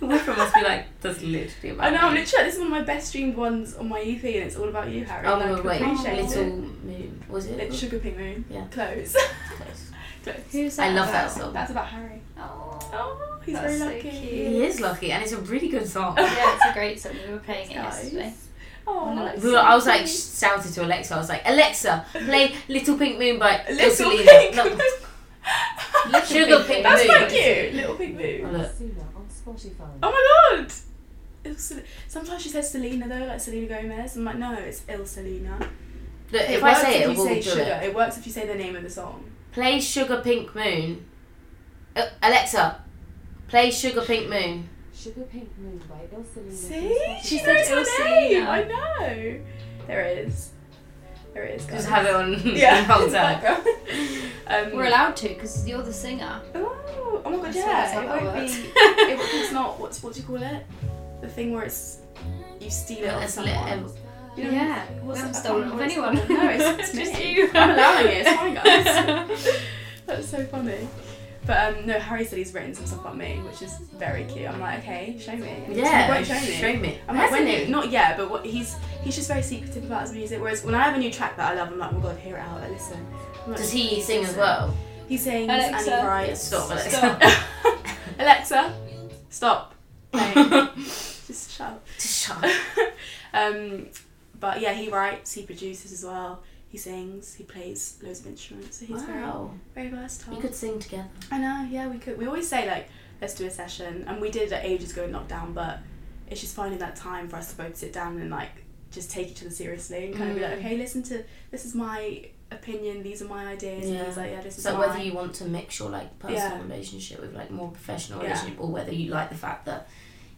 Speaker 2: Everyone must be like, that's literally about
Speaker 1: I know, I'm
Speaker 2: me.
Speaker 1: literally this is one of my best streamed ones on my EP and it's all about you, Harry.
Speaker 2: Oh
Speaker 1: and I
Speaker 2: my
Speaker 1: can
Speaker 2: god, wait,
Speaker 1: appreciate
Speaker 2: Little
Speaker 1: it.
Speaker 2: Moon. Was it?
Speaker 1: Little Sugar Pink Moon.
Speaker 2: Yeah.
Speaker 1: Close. [LAUGHS]
Speaker 2: Close.
Speaker 1: Close.
Speaker 3: Who's
Speaker 2: I love
Speaker 3: about?
Speaker 2: that song.
Speaker 1: That's about Harry.
Speaker 3: Oh.
Speaker 1: Oh, he's
Speaker 3: That's
Speaker 1: very
Speaker 3: so
Speaker 1: lucky.
Speaker 3: cute.
Speaker 2: He is lucky, and it's a really good
Speaker 1: [LAUGHS]
Speaker 2: song.
Speaker 3: yeah, it's a great song. We were playing it
Speaker 1: Guys.
Speaker 3: yesterday.
Speaker 1: Oh,
Speaker 3: Well,
Speaker 1: that's
Speaker 2: We were- I was
Speaker 1: so
Speaker 2: like
Speaker 1: cute.
Speaker 2: shouted to Alexa. I was like, Alexa, play Little Pink Moon by
Speaker 1: [LAUGHS] little
Speaker 2: Rosalina."
Speaker 1: pink.
Speaker 2: No,
Speaker 1: Moon. [LAUGHS]
Speaker 2: Sugar Pink
Speaker 1: That's
Speaker 2: Moon.
Speaker 1: quite cute. Little pink
Speaker 2: Oh,
Speaker 1: moon.
Speaker 2: look.
Speaker 4: Sooner on Spotify.
Speaker 1: Oh my god. Il- Sel- Sometimes she says Selena though, like Selena Gomez. I'm like, no, it's Il Selena.
Speaker 2: Look, if I
Speaker 1: works
Speaker 2: say it,
Speaker 1: you
Speaker 2: we'll
Speaker 1: say
Speaker 2: do
Speaker 1: sugar.
Speaker 2: it.
Speaker 1: works if you say the name of the song.
Speaker 2: Play Sugar Pink Moon. Uh, Alexa, play Sugar Pink Moon.
Speaker 4: Sugar Pink Moon by Il
Speaker 2: Mm,
Speaker 4: Selena.
Speaker 1: See, she,
Speaker 3: She
Speaker 1: said knows
Speaker 3: said Il
Speaker 1: her name.
Speaker 3: Selena.
Speaker 1: I know. There it is. There it is.
Speaker 2: Just
Speaker 1: guys.
Speaker 2: have it on
Speaker 1: [LAUGHS]
Speaker 2: [LAUGHS]
Speaker 1: yeah.
Speaker 2: yeah. hold up.
Speaker 1: background. [LAUGHS] um,
Speaker 3: We're allowed to because you're the singer.
Speaker 1: Oh, oh my god,
Speaker 3: That's how- that's how
Speaker 1: yeah. It
Speaker 3: that
Speaker 1: won't
Speaker 3: works. [LAUGHS]
Speaker 1: be. It, it's not. What's what do you call it? The thing where it's you steal it off
Speaker 2: That's
Speaker 1: someone.
Speaker 2: lit-
Speaker 1: You know,
Speaker 3: yeah, we
Speaker 1: what's
Speaker 3: haven't
Speaker 1: that-
Speaker 3: stolen
Speaker 1: I
Speaker 3: from
Speaker 1: can't remember
Speaker 3: anyone.
Speaker 1: what it's
Speaker 3: [LAUGHS]
Speaker 1: called. [LAUGHS] No, it's, it's
Speaker 3: just
Speaker 1: me.
Speaker 3: you.
Speaker 1: [LAUGHS] I'm allowing it. It's
Speaker 3: [LAUGHS]
Speaker 1: fine, guys. [LAUGHS] That's so funny. But um, no, Harry said he's written some stuff about me, which is very cute. I'm like, okay, show me. And he
Speaker 2: Yeah,
Speaker 1: won't show me.
Speaker 2: show me.
Speaker 1: I'm like, when
Speaker 2: Hasn't
Speaker 1: you,
Speaker 2: he?
Speaker 1: not yet, but what he's he's just very secretive about his music. Whereas when I have a new track that I love, I'm like, oh my god, hear it out, like, listen. I'm like,
Speaker 2: Does he sing as
Speaker 1: listen. [LAUGHS]
Speaker 2: well?
Speaker 1: He sings and
Speaker 3: Alexa.
Speaker 1: he writes.
Speaker 2: Stop, Alexa.
Speaker 3: Stop.
Speaker 2: [LAUGHS]
Speaker 1: Alexa, stop. Playing. [LAUGHS] Just shut up.
Speaker 2: Just shut up.
Speaker 1: um, but yeah, he writes, he produces as well. He sings, he plays loads of instruments. So he's
Speaker 2: Wow.
Speaker 1: very, very versatile.
Speaker 2: You could sing together.
Speaker 1: I know. Yeah, we could. We always say like, let's do a session, and we did it ages ago in lockdown. But it's just finding that time for us to both sit down and like just take each other seriously and kind of be like,
Speaker 2: Mm.
Speaker 1: okay, listen to this is my opinion, these are my ideas,
Speaker 2: Yeah.
Speaker 1: and he's like, yeah, this is
Speaker 2: So
Speaker 1: mine.
Speaker 2: whether you want to mix your like personal
Speaker 1: Yeah.
Speaker 2: relationship with like more professional
Speaker 1: Yeah.
Speaker 2: relationship, or whether you like the fact that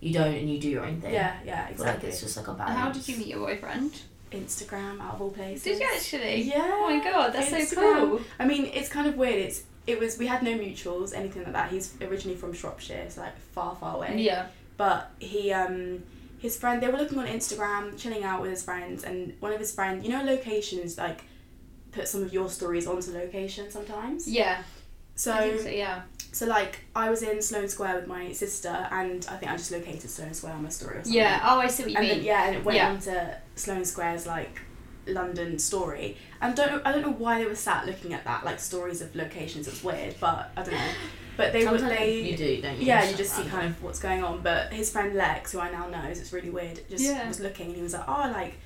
Speaker 2: you don't and you do your own thing.
Speaker 1: yeah, yeah,
Speaker 2: I feel like
Speaker 1: exactly.
Speaker 2: it's just like a balance.
Speaker 3: How did you meet your boyfriend?
Speaker 1: Instagram out of all places.
Speaker 3: Did you actually?
Speaker 1: Yeah.
Speaker 3: Oh my god, that's so
Speaker 1: Instagram.
Speaker 3: cool.
Speaker 1: I mean, it's kind of weird. It's it was we had no mutuals, anything like that. He's originally from Shropshire, so like far, far away.
Speaker 3: Um, Yeah.
Speaker 1: But he um his friend they were looking on Instagram, chilling out with his friends, and one of his friends, you know, locations like put some of your stories onto location sometimes.
Speaker 3: Yeah.
Speaker 1: So
Speaker 3: I think so, yeah.
Speaker 1: so like I was in Sloane Square with my sister, and I think I just located Sloane Square on my story or something.
Speaker 3: Yeah. Oh, I see what you
Speaker 1: and
Speaker 3: mean.
Speaker 1: then, yeah, and it went
Speaker 3: Yeah.
Speaker 1: on to Sloane Square's like London story. And don't know- I don't know why they were sat looking at that like stories of locations. It's weird, but I don't know. But they were
Speaker 2: Sometimes
Speaker 1: they
Speaker 2: you do, don't you?
Speaker 1: yeah, you
Speaker 2: Stuff
Speaker 1: just see
Speaker 2: like
Speaker 1: kind of what's going on. But his friend Lex, who I now know, is it's really weird. Just
Speaker 3: Yeah.
Speaker 1: was looking and he was like, oh, like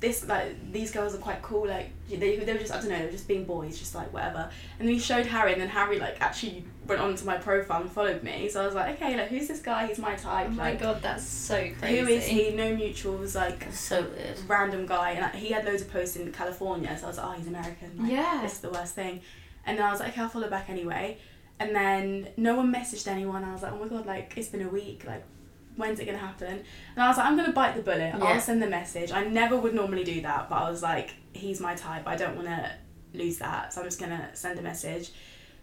Speaker 1: this, like these girls are quite cool. Like they, they were just I don't know, they were just being boys, just like whatever. And then he showed Harry, and then Harry like actually went onto my profile and followed me. So I was like, okay, like who's this guy? He's my type.
Speaker 3: oh my
Speaker 1: like
Speaker 3: god, that's so crazy.
Speaker 1: who is he? No mutuals. Like
Speaker 2: That's oh, so weird.
Speaker 1: random guy, and like, he had loads of posts in California. So I was like, oh, he's American. Like,
Speaker 3: Yeah. Oh
Speaker 1: this is the worst thing. And then I was like, okay, I'll follow back anyway. And then no one messaged anyone. I was like, oh my god, like it's been a week. Like, when's it gonna happen? And I was like, I'm gonna bite the bullet.
Speaker 2: Yeah.
Speaker 1: I'll send the message. I never would normally do that, but I was like, he's my type. I don't wanna lose that, so I'm just gonna send a message.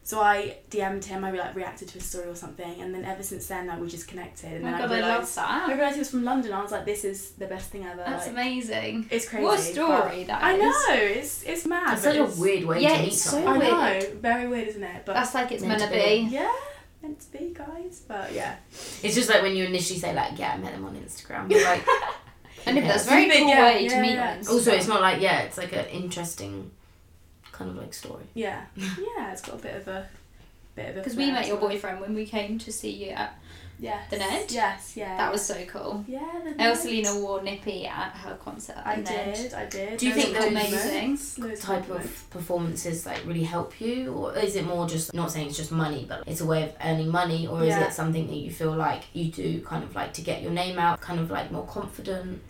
Speaker 1: So I DM'd him. I like reacted to his story or something, and then ever since then, like we just connected.
Speaker 3: Oh
Speaker 1: And
Speaker 3: my
Speaker 1: then
Speaker 3: god,
Speaker 1: I
Speaker 3: I,
Speaker 1: realized.
Speaker 3: love
Speaker 1: I
Speaker 3: that.
Speaker 1: realised he was from London. I was like, this is the best thing ever.
Speaker 3: That's
Speaker 1: like,
Speaker 3: amazing.
Speaker 1: It's crazy.
Speaker 3: What a
Speaker 1: but-
Speaker 3: story that
Speaker 1: I
Speaker 3: is.
Speaker 1: know. It's it's mad.
Speaker 2: That's
Speaker 1: but
Speaker 2: such a
Speaker 1: it's-
Speaker 2: weird way
Speaker 3: Yeah,
Speaker 2: to meet
Speaker 3: it's so
Speaker 2: someone.
Speaker 1: I
Speaker 3: weird.
Speaker 1: know. Very weird, isn't it? But
Speaker 3: That's like it's
Speaker 2: Meant
Speaker 3: meant to
Speaker 2: to
Speaker 3: be.
Speaker 1: yeah, meant to be, guys. But yeah,
Speaker 2: It's just like when you initially say like, yeah, I met them on Instagram. You're
Speaker 1: [LAUGHS]
Speaker 2: like,
Speaker 3: And if
Speaker 2: Yeah.
Speaker 3: that's a very
Speaker 1: Something,
Speaker 3: cool
Speaker 1: yeah,
Speaker 3: way to
Speaker 1: yeah,
Speaker 3: meet
Speaker 1: yeah.
Speaker 3: on
Speaker 2: also,
Speaker 3: Instagram.
Speaker 2: it's not like yeah, it's like an interesting kind of like story.
Speaker 1: yeah, yeah. It's got a bit of a bit of a.
Speaker 3: Because we
Speaker 1: flair
Speaker 3: met
Speaker 1: to
Speaker 3: your
Speaker 1: it.
Speaker 3: boyfriend when we came to see you at.
Speaker 1: Yes.
Speaker 3: the Ned?
Speaker 1: Yes. Yeah.
Speaker 3: That was so cool.
Speaker 1: Yeah. The
Speaker 3: Elselina wore nippy at her concert.
Speaker 1: I
Speaker 3: and then-
Speaker 1: did. I did.
Speaker 2: Do you
Speaker 1: Those
Speaker 2: think
Speaker 1: were good
Speaker 2: those
Speaker 1: moments. Those were
Speaker 2: Type
Speaker 1: good moments.
Speaker 2: of performances like really help you, or is it more just not saying it's just money, but it's a way of earning money, or
Speaker 1: Yeah.
Speaker 2: is it something that you feel like you do kind of like to get your name out, kind of like more confident?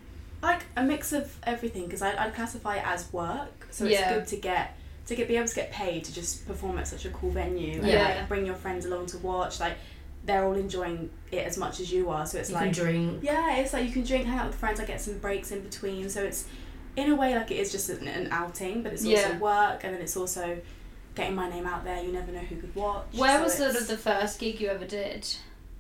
Speaker 1: like a mix of everything because I'd, I'd classify it as work so
Speaker 3: Yeah.
Speaker 1: it's good to get to get be able to get paid to just perform at such a cool venue and
Speaker 3: Yeah.
Speaker 1: like bring your friends along to watch like they're all enjoying it as much as you are so it's
Speaker 2: you
Speaker 1: like
Speaker 2: can drink.
Speaker 1: yeah it's like you can drink hang out with friends I get some breaks in between so it's in a way like it is just an, an outing but it's also
Speaker 3: Yeah.
Speaker 1: work and then it's also getting my name out there you never know who could watch
Speaker 3: Where
Speaker 1: so
Speaker 3: was sort
Speaker 1: it's-
Speaker 3: of the first gig you ever did?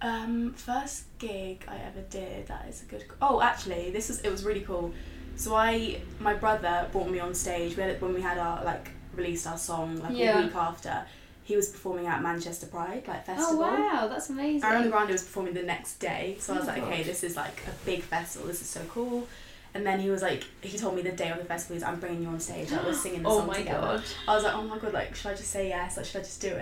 Speaker 1: um, first gig I ever did. That is a good. Oh, actually, this is. It was really cool. So I, my brother brought me on stage. We had, when we had our like released our song like
Speaker 3: Yeah.
Speaker 1: a week after. He was performing at Manchester Pride like festival.
Speaker 3: Oh wow, that's amazing.
Speaker 1: Ariana Grande was performing the next day, so I was
Speaker 2: Oh my
Speaker 1: like, okay,
Speaker 2: God.
Speaker 1: this is like a big festival. This is so cool. And then he was like, he told me the day of the festival, he's I'm bringing you on stage. Like, we're singing the
Speaker 3: oh
Speaker 1: song
Speaker 3: my
Speaker 1: together.
Speaker 3: god.
Speaker 1: I was like, oh my god, like, should I just say yes? Like, should I just do it?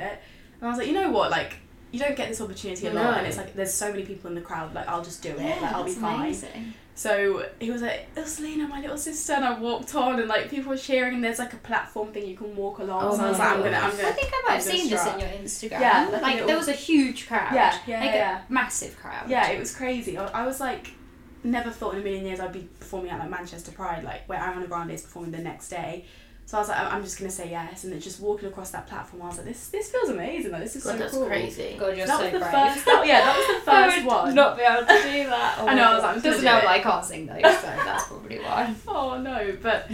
Speaker 1: And I was like, you know what? Like, you don't get this opportunity a lot,
Speaker 2: No.
Speaker 1: and it's like there's so many people in the crowd. Like, I'll just do it.
Speaker 3: Yeah,
Speaker 1: like, I'll be
Speaker 3: that's
Speaker 1: fine.
Speaker 3: amazing.
Speaker 1: So he was like, oh, Selena, my little sister, and I walked on, and like people were cheering, and there's like a platform thing you can walk along.
Speaker 2: Oh
Speaker 1: so I was
Speaker 2: my
Speaker 1: like, I'm gonna,
Speaker 2: God.
Speaker 1: I'm
Speaker 3: I
Speaker 1: gonna.
Speaker 3: think I might have
Speaker 1: I'm gonna
Speaker 3: seen this in
Speaker 1: strut.
Speaker 3: your Instagram.
Speaker 1: Yeah,
Speaker 3: like,
Speaker 1: like a
Speaker 3: there was a huge crowd.
Speaker 1: Yeah, yeah,
Speaker 3: like
Speaker 1: yeah.
Speaker 3: a massive crowd.
Speaker 1: Yeah, it was crazy. I, I was like, never thought in a million years I'd be performing at like Manchester Pride, like where Ariana Grande is performing the next day. So I was like, I'm I'm just gonna say yes, and then just walking across that platform, I was like, this this feels amazing. Like this is
Speaker 2: God,
Speaker 1: so
Speaker 2: that's
Speaker 1: cool.
Speaker 2: crazy.
Speaker 3: God, you're
Speaker 1: that
Speaker 3: so
Speaker 1: was the
Speaker 3: brave.
Speaker 1: first. That, yeah, that was the
Speaker 3: [LAUGHS]
Speaker 1: first
Speaker 3: I would
Speaker 1: one.
Speaker 3: Not be able to
Speaker 1: [LAUGHS]
Speaker 3: do that. Oh
Speaker 1: I know,
Speaker 3: my
Speaker 1: I was
Speaker 3: God.
Speaker 1: like, I'm just
Speaker 3: doesn't
Speaker 1: gonna
Speaker 3: help
Speaker 1: do
Speaker 3: that I can't sing though, so that's probably
Speaker 1: [LAUGHS]
Speaker 3: why.
Speaker 1: Oh no,
Speaker 3: [LAUGHS]
Speaker 1: but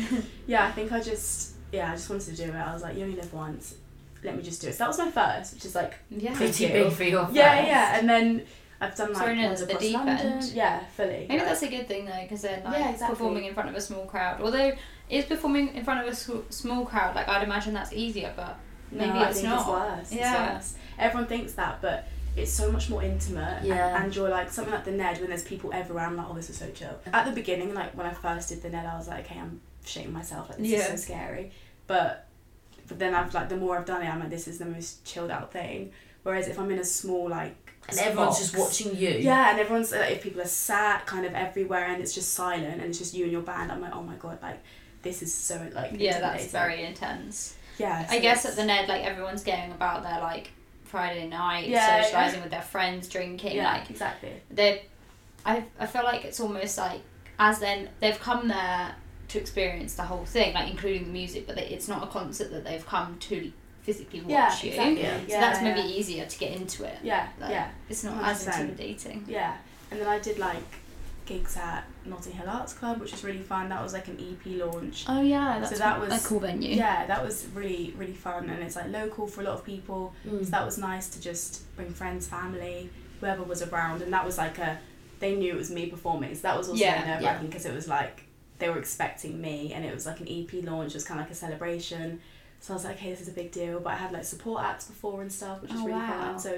Speaker 1: yeah, I think I just yeah, I just wanted to do it. I was like, you only live once. Let me just do it. So that was my first, which is like
Speaker 3: Yeah.
Speaker 1: Thank
Speaker 2: Pretty
Speaker 1: you.
Speaker 2: big for your
Speaker 1: yeah,
Speaker 2: first.
Speaker 1: yeah, and then I've done like
Speaker 3: Thrown in
Speaker 1: ones
Speaker 3: at the
Speaker 1: across
Speaker 3: deep
Speaker 1: London.
Speaker 3: end.
Speaker 1: Yeah, fully.
Speaker 3: Maybe
Speaker 1: yeah.
Speaker 3: that's a good thing though, because then like
Speaker 1: Yeah, exactly.
Speaker 3: performing in front of a small crowd. Although is performing in front of a sw- small crowd like I'd imagine that's easier, but maybe
Speaker 1: no, I
Speaker 3: it's
Speaker 1: think
Speaker 3: not.
Speaker 1: It's worse.
Speaker 3: Yeah.
Speaker 1: It's worse. Everyone thinks that, but it's so much more intimate.
Speaker 2: Yeah.
Speaker 1: And, and you're like something like the Ned when there's people everywhere. I'm like, oh, this is so chill. At the beginning, like when I first did the Ned, I was like, okay, I'm shaking myself. Like this is
Speaker 3: Yeah.
Speaker 1: so scary. But but then I've like the more I've done it, I'm like, this is the most chilled out thing. Whereas if I'm in a small like
Speaker 2: And everyone's
Speaker 1: box-
Speaker 2: just watching you.
Speaker 1: Yeah, and everyone's like, if people are sat kind of everywhere and it's just silent and it's just you and your band, I'm like, oh my god, like this is so like
Speaker 3: Yeah, that's
Speaker 1: intimidating.
Speaker 3: very intense.
Speaker 1: yeah.
Speaker 3: I
Speaker 1: so
Speaker 3: guess
Speaker 1: it's-
Speaker 3: at the Ned, like everyone's going about their like Friday night,
Speaker 1: Yeah,
Speaker 3: socializing
Speaker 1: yeah.
Speaker 3: with their friends, drinking.
Speaker 1: yeah
Speaker 3: Like
Speaker 1: exactly
Speaker 3: they, I I feel like it's almost like as then they've come there to experience the whole thing, like including the music, but they, it's not a concert that they've come to physically watch
Speaker 1: yeah
Speaker 3: you.
Speaker 1: exactly
Speaker 2: Yeah.
Speaker 1: yeah.
Speaker 2: So
Speaker 3: So that's maybe
Speaker 1: yeah.
Speaker 3: easier to get into it.
Speaker 1: yeah
Speaker 3: Like,
Speaker 1: yeah
Speaker 3: It's not as
Speaker 1: 100%.
Speaker 3: intimidating.
Speaker 1: yeah and then I did like gigs at Notting Hill Arts Club, which was really fun. That was like an EP launch.
Speaker 3: Oh yeah,
Speaker 1: So
Speaker 3: that's
Speaker 1: that was-
Speaker 3: a cool venue.
Speaker 1: Yeah, that was really really fun, and it's like local for a lot of people.
Speaker 2: Mm.
Speaker 1: So that was nice to just bring friends, family, whoever was around, and that was like a they knew it was me performing. So that was also
Speaker 3: Yeah,
Speaker 1: nerve
Speaker 2: yeah.
Speaker 1: wracking because it was like they were expecting me, and it was like an EP launch. It was kind of like a celebration. So I was like, okay, this is a big deal. But I had like support acts before and stuff, which is
Speaker 3: Oh,
Speaker 1: really
Speaker 3: wow.
Speaker 1: fun. So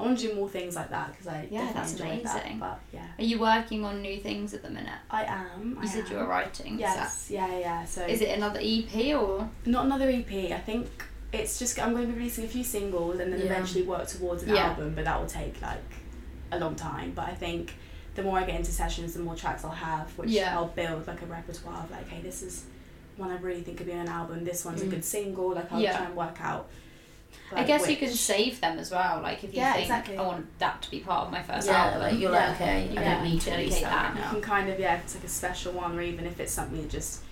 Speaker 1: I want to do more things like that because I
Speaker 3: Yeah,
Speaker 1: definitely
Speaker 3: that's
Speaker 1: enjoyed that.
Speaker 3: amazing.
Speaker 1: But yeah,
Speaker 3: Are you working on new things at the minute?
Speaker 1: I am.
Speaker 3: You
Speaker 1: I
Speaker 3: said
Speaker 1: am.
Speaker 3: you were writing.
Speaker 1: Yes, yeah, yeah, yeah. So
Speaker 3: So is it another EP or?
Speaker 1: not another EP. I think it's just I'm going to be releasing a few singles and then
Speaker 2: Yeah.
Speaker 1: eventually work towards an
Speaker 3: Yeah.
Speaker 1: album, but that will take like a long time. But I think the more I get into sessions, the more tracks I'll have, which
Speaker 3: Yeah.
Speaker 1: I'll build like a repertoire of like, hey, this is one I really think could be on an album. This one's a
Speaker 2: Mm.
Speaker 1: good single. Like I'll
Speaker 3: Yeah.
Speaker 1: try and work out.
Speaker 3: I
Speaker 1: like,
Speaker 3: guess you
Speaker 1: which-
Speaker 3: can save them as well. Like if you
Speaker 1: Yeah,
Speaker 3: think
Speaker 1: exactly.
Speaker 3: I want that to be part of my first
Speaker 2: yeah,
Speaker 3: album.
Speaker 2: like you're
Speaker 1: Yeah.
Speaker 2: like okay, I
Speaker 1: Yeah.
Speaker 2: don't need to release
Speaker 3: Dedicate
Speaker 2: that.
Speaker 3: that.
Speaker 1: You
Speaker 2: right
Speaker 1: [LAUGHS] can kind of yeah, if it's like a special one, or even if it's something that just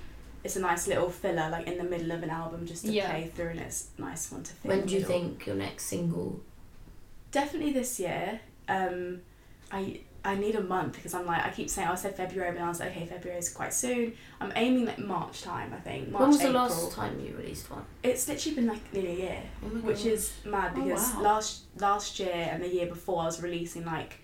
Speaker 1: it's a nice little filler like in the middle of an album just to
Speaker 3: Yeah.
Speaker 1: play through, and it's a nice one to.
Speaker 2: now.
Speaker 1: fit in
Speaker 2: When
Speaker 1: the
Speaker 2: do you
Speaker 1: middle.
Speaker 2: think your next single?
Speaker 1: Definitely this year. Um, I I need a month because I'm like I keep saying oh, I said February, but I was like, okay, February is quite soon. I'm aiming like March time, I think. March,
Speaker 2: when was
Speaker 1: April.
Speaker 2: the last time you released one?
Speaker 1: It's literally been like nearly a year,
Speaker 2: Oh my
Speaker 1: which
Speaker 2: gosh.
Speaker 1: is mad
Speaker 3: Oh,
Speaker 1: because
Speaker 3: wow.
Speaker 1: last last year and the year before I was releasing like.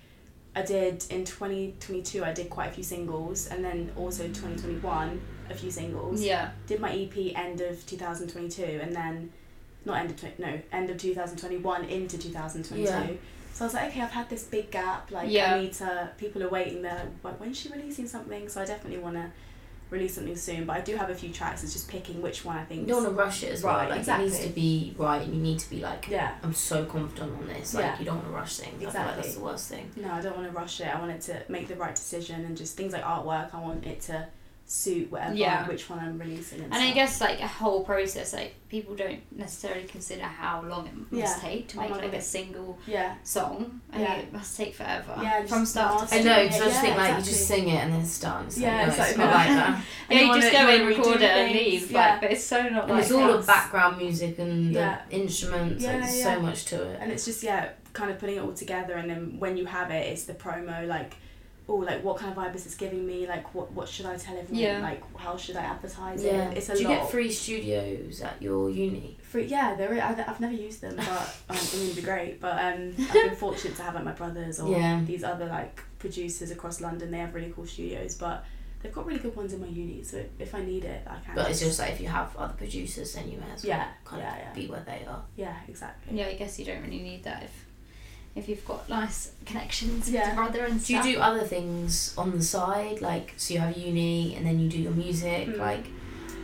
Speaker 1: I did in 2022 I did quite a few singles and then also 2021 a few singles
Speaker 3: Yeah.
Speaker 1: did my EP end of 2022 and then not end of twen- no end of 2021 into 2022
Speaker 2: Yeah.
Speaker 1: so I was like okay I've had this big gap like
Speaker 3: Yeah.
Speaker 1: I need to people are waiting they're like "Wh- when's she releasing something so I definitely want to release something soon but I do have a few tracks it's just picking which one I
Speaker 2: You
Speaker 1: think
Speaker 2: don't want to rush it as well.
Speaker 1: Right,
Speaker 2: like it needs
Speaker 1: exactly.
Speaker 2: to be right, and you need to be like,
Speaker 1: yeah
Speaker 2: I'm so confident on this. Like
Speaker 1: Yeah.
Speaker 2: you don't want to rush things. I feel like
Speaker 1: Exactly.
Speaker 2: that's the worst thing.
Speaker 1: no I don't want to rush it I want it to make the right decision and just things like artwork I want it to suit whatever
Speaker 3: Yeah.
Speaker 1: which one I'm releasing and,
Speaker 3: And I
Speaker 1: stuff.
Speaker 3: guess like a whole process, like people don't necessarily consider how long it must
Speaker 1: Yeah.
Speaker 3: take to
Speaker 1: Oh
Speaker 3: make
Speaker 1: my
Speaker 3: like a
Speaker 1: God.
Speaker 3: single
Speaker 1: yeah
Speaker 3: song. I
Speaker 1: Yeah.
Speaker 3: think it must take forever.
Speaker 1: Yeah,
Speaker 3: From
Speaker 1: just
Speaker 3: start to
Speaker 1: ask
Speaker 2: I
Speaker 3: finish.
Speaker 2: know,
Speaker 1: Yeah,
Speaker 2: because I just think like you
Speaker 1: exactly.
Speaker 2: just sing it and then it's done. So
Speaker 1: Yeah,
Speaker 2: no,
Speaker 1: exactly.
Speaker 2: it's not like
Speaker 1: [LAUGHS]
Speaker 2: that.
Speaker 3: Yeah, you
Speaker 1: wanna-
Speaker 3: just go
Speaker 1: wanna
Speaker 3: and
Speaker 1: redo
Speaker 3: record it and
Speaker 1: things.
Speaker 3: leave.
Speaker 1: yeah
Speaker 3: Like, but it's so not
Speaker 2: And
Speaker 3: like
Speaker 2: it's all the
Speaker 3: us.
Speaker 2: background music and the
Speaker 1: Yeah.
Speaker 2: instruments.
Speaker 1: Yeah,
Speaker 2: like there's
Speaker 1: yeah.
Speaker 2: so much to it.
Speaker 1: and it's just yeah kind of putting it all together and then when you have it it's the promo like oh like what kind of vibe is this giving me like what what should i tell everyone
Speaker 3: Yeah.
Speaker 1: like how should i advertise
Speaker 2: Yeah.
Speaker 1: it it's a
Speaker 2: Do you
Speaker 1: lot
Speaker 2: get free studios at your uni?
Speaker 1: Free- yeah there are, I've, I've never used them but [LAUGHS] um, i mean it'd be great but [LAUGHS] um i've been fortunate to have like my brothers or
Speaker 2: Yeah.
Speaker 1: these other like producers across london they have really cool studios but they've got really good ones in my uni so if i need it i can
Speaker 2: But it's just like if you have other producers, then you may as well
Speaker 1: Yeah,
Speaker 2: kind
Speaker 1: yeah,
Speaker 2: of
Speaker 1: yeah.
Speaker 2: be where they are.
Speaker 1: yeah exactly
Speaker 3: Yeah, I guess you don't really need that if if you've got nice connections with
Speaker 1: Yeah.
Speaker 3: your brother and
Speaker 2: Do you
Speaker 3: stuff.
Speaker 2: do other things on the side? Like, so you have uni and then you do your music.
Speaker 1: Mm.
Speaker 2: Like,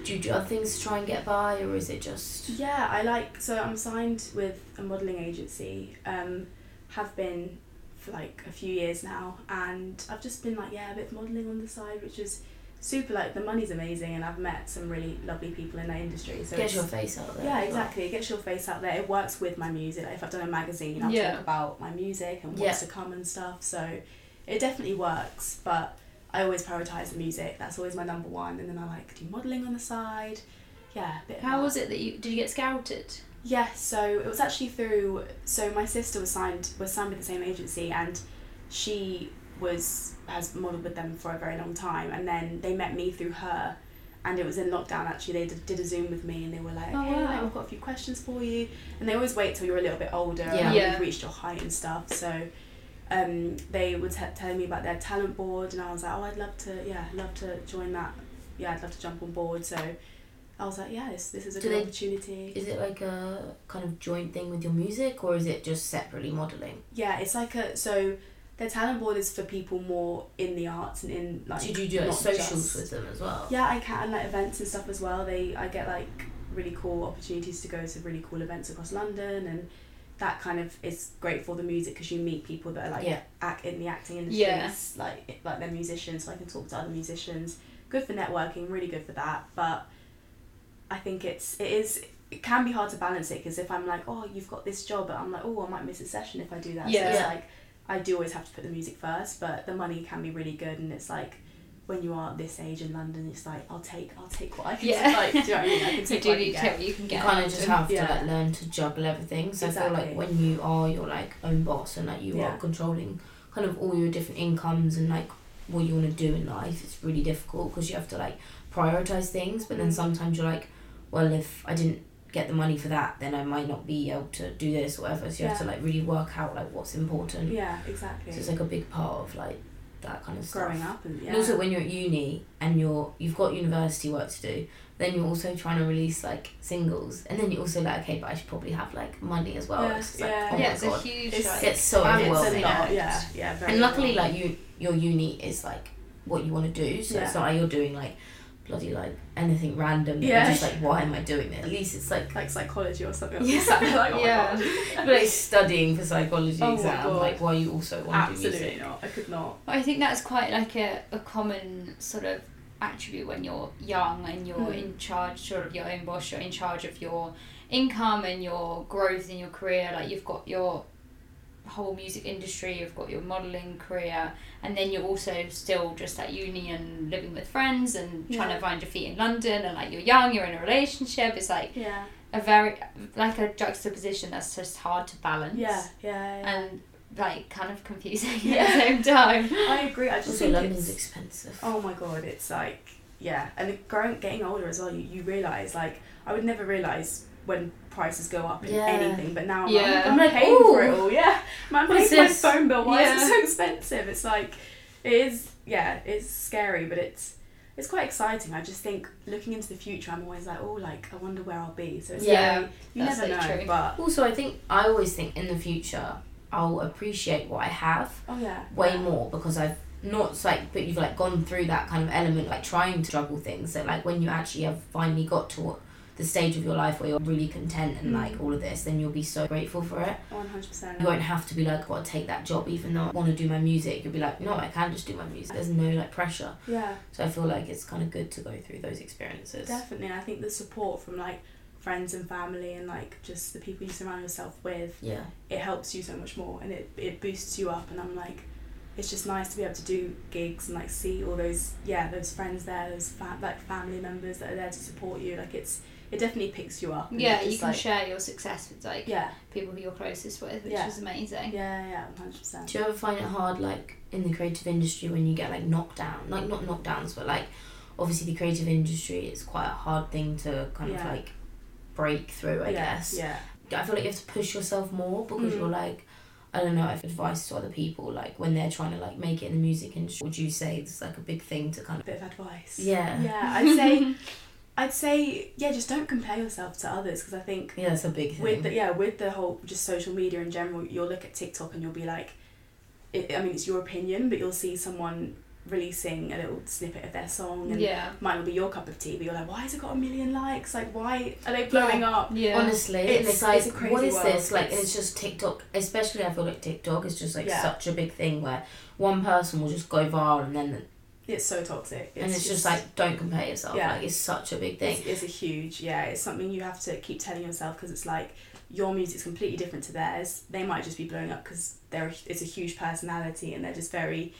Speaker 2: do you do other things to try and get by, or is it just
Speaker 1: Yeah, I like so I'm signed with a modelling agency. Um, have been for like a few years now, and I've just been like yeah, a bit of modelling on the side, which is super. Like the money's amazing, and I've met some really lovely people in that industry. So
Speaker 2: get
Speaker 1: it's-
Speaker 2: your face out there?
Speaker 1: yeah,
Speaker 2: as well?
Speaker 1: exactly. It gets your face out there. It works with my music. Like if I've done a magazine, I'll
Speaker 3: Yeah.
Speaker 1: talk about my music and what's
Speaker 2: Yeah.
Speaker 1: to come and stuff. So it definitely works, but I always prioritise the music. That's always my number one. And then I like do modelling on the side. Yeah, a bit of
Speaker 3: How
Speaker 1: that.
Speaker 3: was it that you did you get scouted?
Speaker 1: Yeah, so it was actually through. So my sister was signed was signed with the same agency, and she was has modelled with them for a very long time, and then they met me through her, and it was in lockdown actually. They did, did a Zoom with me, and they were like,
Speaker 3: Oh,
Speaker 1: "Hey, like,
Speaker 3: wow.
Speaker 1: we've got a few questions for you," and they always wait till you're a little bit older
Speaker 2: Yeah.
Speaker 1: and
Speaker 3: Yeah.
Speaker 1: you've reached your height and stuff. So. Um, they were t- telling me about their talent board, and I was like, "Oh, I'd love to, yeah, I'd love to join that. Yeah, I'd love to jump on board." So, I was like, "Yeah, this this is a
Speaker 2: Do
Speaker 1: good
Speaker 2: they-
Speaker 1: opportunity."
Speaker 2: Is it like a kind of joint thing with your music, or is it just separately modeling?
Speaker 1: Yeah, it's like a so their talent board is for people more in the arts and in like.
Speaker 2: Did you do like
Speaker 1: not
Speaker 2: socials
Speaker 1: just-
Speaker 2: with them as well?
Speaker 1: Yeah, I can like events and stuff as well. They I get like really cool opportunities to go to really cool events across London and that kind of is great for the music because you meet people that are like
Speaker 2: Yeah.
Speaker 1: act in the acting industry.
Speaker 3: Yeah.
Speaker 1: Like like they're musicians, so I can talk to other musicians. Good for networking, really good for that. But I think it's it is it can be hard to balance it because if I'm like oh you've got this job, but I'm like oh I might miss a session if I do that. So
Speaker 3: Yeah.
Speaker 1: it's
Speaker 2: Yeah.
Speaker 1: like I do always have to put the music first, but the money can be really good, and it's like when you are this age in London, it's like I'll take I'll take what I can. Like, do you know what I mean? I
Speaker 3: [LAUGHS]
Speaker 1: can
Speaker 3: you
Speaker 1: take
Speaker 3: do
Speaker 1: what I
Speaker 3: need
Speaker 1: can
Speaker 3: to
Speaker 1: get.
Speaker 3: take what you can
Speaker 2: You
Speaker 3: get.
Speaker 2: kind of just have
Speaker 1: Yeah.
Speaker 2: to like learn to juggle everything. So I feel
Speaker 1: Exactly.
Speaker 2: like when you are your like own boss and like you
Speaker 1: Yeah.
Speaker 2: are controlling kind of all your different incomes and like what you want to do in life, it's really difficult because you have to like prioritize things. But then
Speaker 1: Mm.
Speaker 2: sometimes you're like, well, if I didn't get the money for that, then I might not be able to do this or whatever. So you have to
Speaker 1: Yeah.
Speaker 2: like really work out like what's important.
Speaker 1: Yeah, exactly.
Speaker 2: So it's like a big part of like that kind of stuff.
Speaker 1: growing up and yeah.
Speaker 2: And also when you're at uni and you're you've got university work to do, then you're also trying to release like singles, and then you're also like, okay, but I should probably have like money as well.
Speaker 1: Yeah,
Speaker 2: It's just like,
Speaker 1: yeah.
Speaker 2: oh
Speaker 3: yeah,
Speaker 2: my
Speaker 3: it's a
Speaker 2: god,
Speaker 3: huge. like,
Speaker 1: It's-
Speaker 2: it's so
Speaker 1: And it's a
Speaker 2: overwhelming.
Speaker 1: lot, yeah, yeah. Very
Speaker 2: And luckily,
Speaker 1: well.
Speaker 2: like you, your uni is like what you want to do, so
Speaker 1: Yeah.
Speaker 2: it's not like you're doing like bloody like anything random. that
Speaker 1: Yeah.
Speaker 2: You're just like, why am I doing this? At least it's
Speaker 1: [LAUGHS]
Speaker 2: like [LAUGHS]
Speaker 1: like psychology or [LAUGHS] something.
Speaker 2: Yeah.
Speaker 1: Sat there like, oh my
Speaker 3: Yeah.
Speaker 1: God.
Speaker 2: like studying for psychology
Speaker 1: Oh my
Speaker 2: exam.
Speaker 1: God.
Speaker 2: Like, why you also want to do
Speaker 1: Absolutely
Speaker 2: music?
Speaker 1: not. I could not.
Speaker 3: I think that's quite like a, a common sort of attribute when you're young and you're
Speaker 1: Mm.
Speaker 3: in charge sort of your own boss, you're in charge of your income and your growth in your career, like you've got your whole music industry, you've got your modelling career and then you're also still just at uni and living with friends and trying
Speaker 1: Yeah.
Speaker 3: to find your feet in London and like you're young, you're in a relationship. It's like
Speaker 1: Yeah.
Speaker 3: a very like a juxtaposition that's just hard to balance.
Speaker 1: Yeah. Yeah. yeah.
Speaker 3: And like kind of confusing [LAUGHS]
Speaker 1: Yeah.
Speaker 3: at the same time.
Speaker 1: [LAUGHS] I agree. I just
Speaker 2: Also,
Speaker 1: think
Speaker 2: London's
Speaker 1: it's-
Speaker 2: expensive.
Speaker 1: Oh my god, it's like yeah, and the- growing getting older as well, you, you realize like I would never realize when prices go up in
Speaker 2: Yeah.
Speaker 1: anything, but now I'm
Speaker 3: Yeah.
Speaker 1: like, I'm like paying for it all. Yeah, man, I'm
Speaker 2: What's
Speaker 1: paying for my
Speaker 2: this?
Speaker 1: phone bill. Why is
Speaker 3: Yeah.
Speaker 1: it so expensive? It's like it is. Yeah, it's scary, but it's it's quite exciting. I just think looking into the future, I'm always like, oh, like I wonder where I'll be. So it's
Speaker 2: Yeah,
Speaker 1: like, you
Speaker 3: that's
Speaker 1: never
Speaker 3: so
Speaker 1: know,
Speaker 3: true.
Speaker 1: but
Speaker 2: Also, I think I always think in the future I'll appreciate what I have
Speaker 1: oh yeah,
Speaker 2: way
Speaker 1: yeah.
Speaker 2: more because I've not it's like but you've like gone through that kind of element like trying to juggle things that like when you actually have finally got to what- the stage of your life where you're really content and
Speaker 1: Mm.
Speaker 2: like all of this then you'll be so grateful for it
Speaker 1: One hundred percent.
Speaker 2: you won't have to be like gotta take that job even though i want to do my music you'll be like no i can just do my music there's no like pressure
Speaker 1: Yeah.
Speaker 2: so i feel like it's kind of good to go through those experiences
Speaker 1: Definitely, I think the support from like friends and family and like just the people you surround yourself with,
Speaker 2: yeah
Speaker 1: it helps you so much more and it, it boosts you up. And I'm like, it's just nice to be able to do gigs and like see all those yeah those friends there, those fa- like family members that are there to support you. Like it's it definitely picks you up. and
Speaker 3: Yeah,
Speaker 1: it's
Speaker 3: you
Speaker 1: just
Speaker 3: can
Speaker 1: like-
Speaker 3: share your success with like
Speaker 1: Yeah,
Speaker 3: people who you're closest with, which
Speaker 1: Yeah.
Speaker 3: is amazing.
Speaker 1: yeah, yeah, one hundred percent.
Speaker 2: Do you ever find it hard, like in the creative industry, when you get like knocked down? Like not knockdowns, but like obviously the creative industry is quite a hard thing to kind of
Speaker 1: Yeah.
Speaker 2: like break through. I
Speaker 1: yeah,
Speaker 2: guess.
Speaker 1: Yeah,
Speaker 2: I feel like you have to push yourself more because
Speaker 1: Mm.
Speaker 2: you're like, I don't know. If advice to other people, like when they're trying to like make it in the music industry, would you say it's like a big thing to kind
Speaker 1: a
Speaker 2: of?
Speaker 1: bit of advice.
Speaker 2: Yeah. Yeah,
Speaker 1: Yeah,
Speaker 2: [LAUGHS]
Speaker 1: I'd say, I'd say, yeah, just don't compare yourself to others because I think
Speaker 2: that's a big thing.
Speaker 1: with the, yeah with the whole just social media in general you'll look at tiktok and you'll be like it, i mean it's your opinion but you'll see someone releasing a little snippet of their song and
Speaker 3: Yeah.
Speaker 1: might not be your cup of tea but you're like why has it got a million likes like why are they blowing up
Speaker 3: Yeah.
Speaker 2: Honestly,
Speaker 1: It's-
Speaker 2: and it's like,
Speaker 1: it's a crazy
Speaker 2: what is
Speaker 1: world.
Speaker 2: this? Like, and
Speaker 1: It's-
Speaker 2: it's just TikTok, especially I feel like TikTok is just like
Speaker 1: Yeah.
Speaker 2: such a big thing where one person will just go viral and then
Speaker 1: it's so toxic
Speaker 2: and it's just, like don't compare yourself
Speaker 1: Yeah.
Speaker 2: like it's such a big thing
Speaker 1: it's, it's a huge yeah it's something you have to keep telling yourself because it's like your music's completely different to theirs they might just be blowing up because they're a- it's a huge personality and they're just very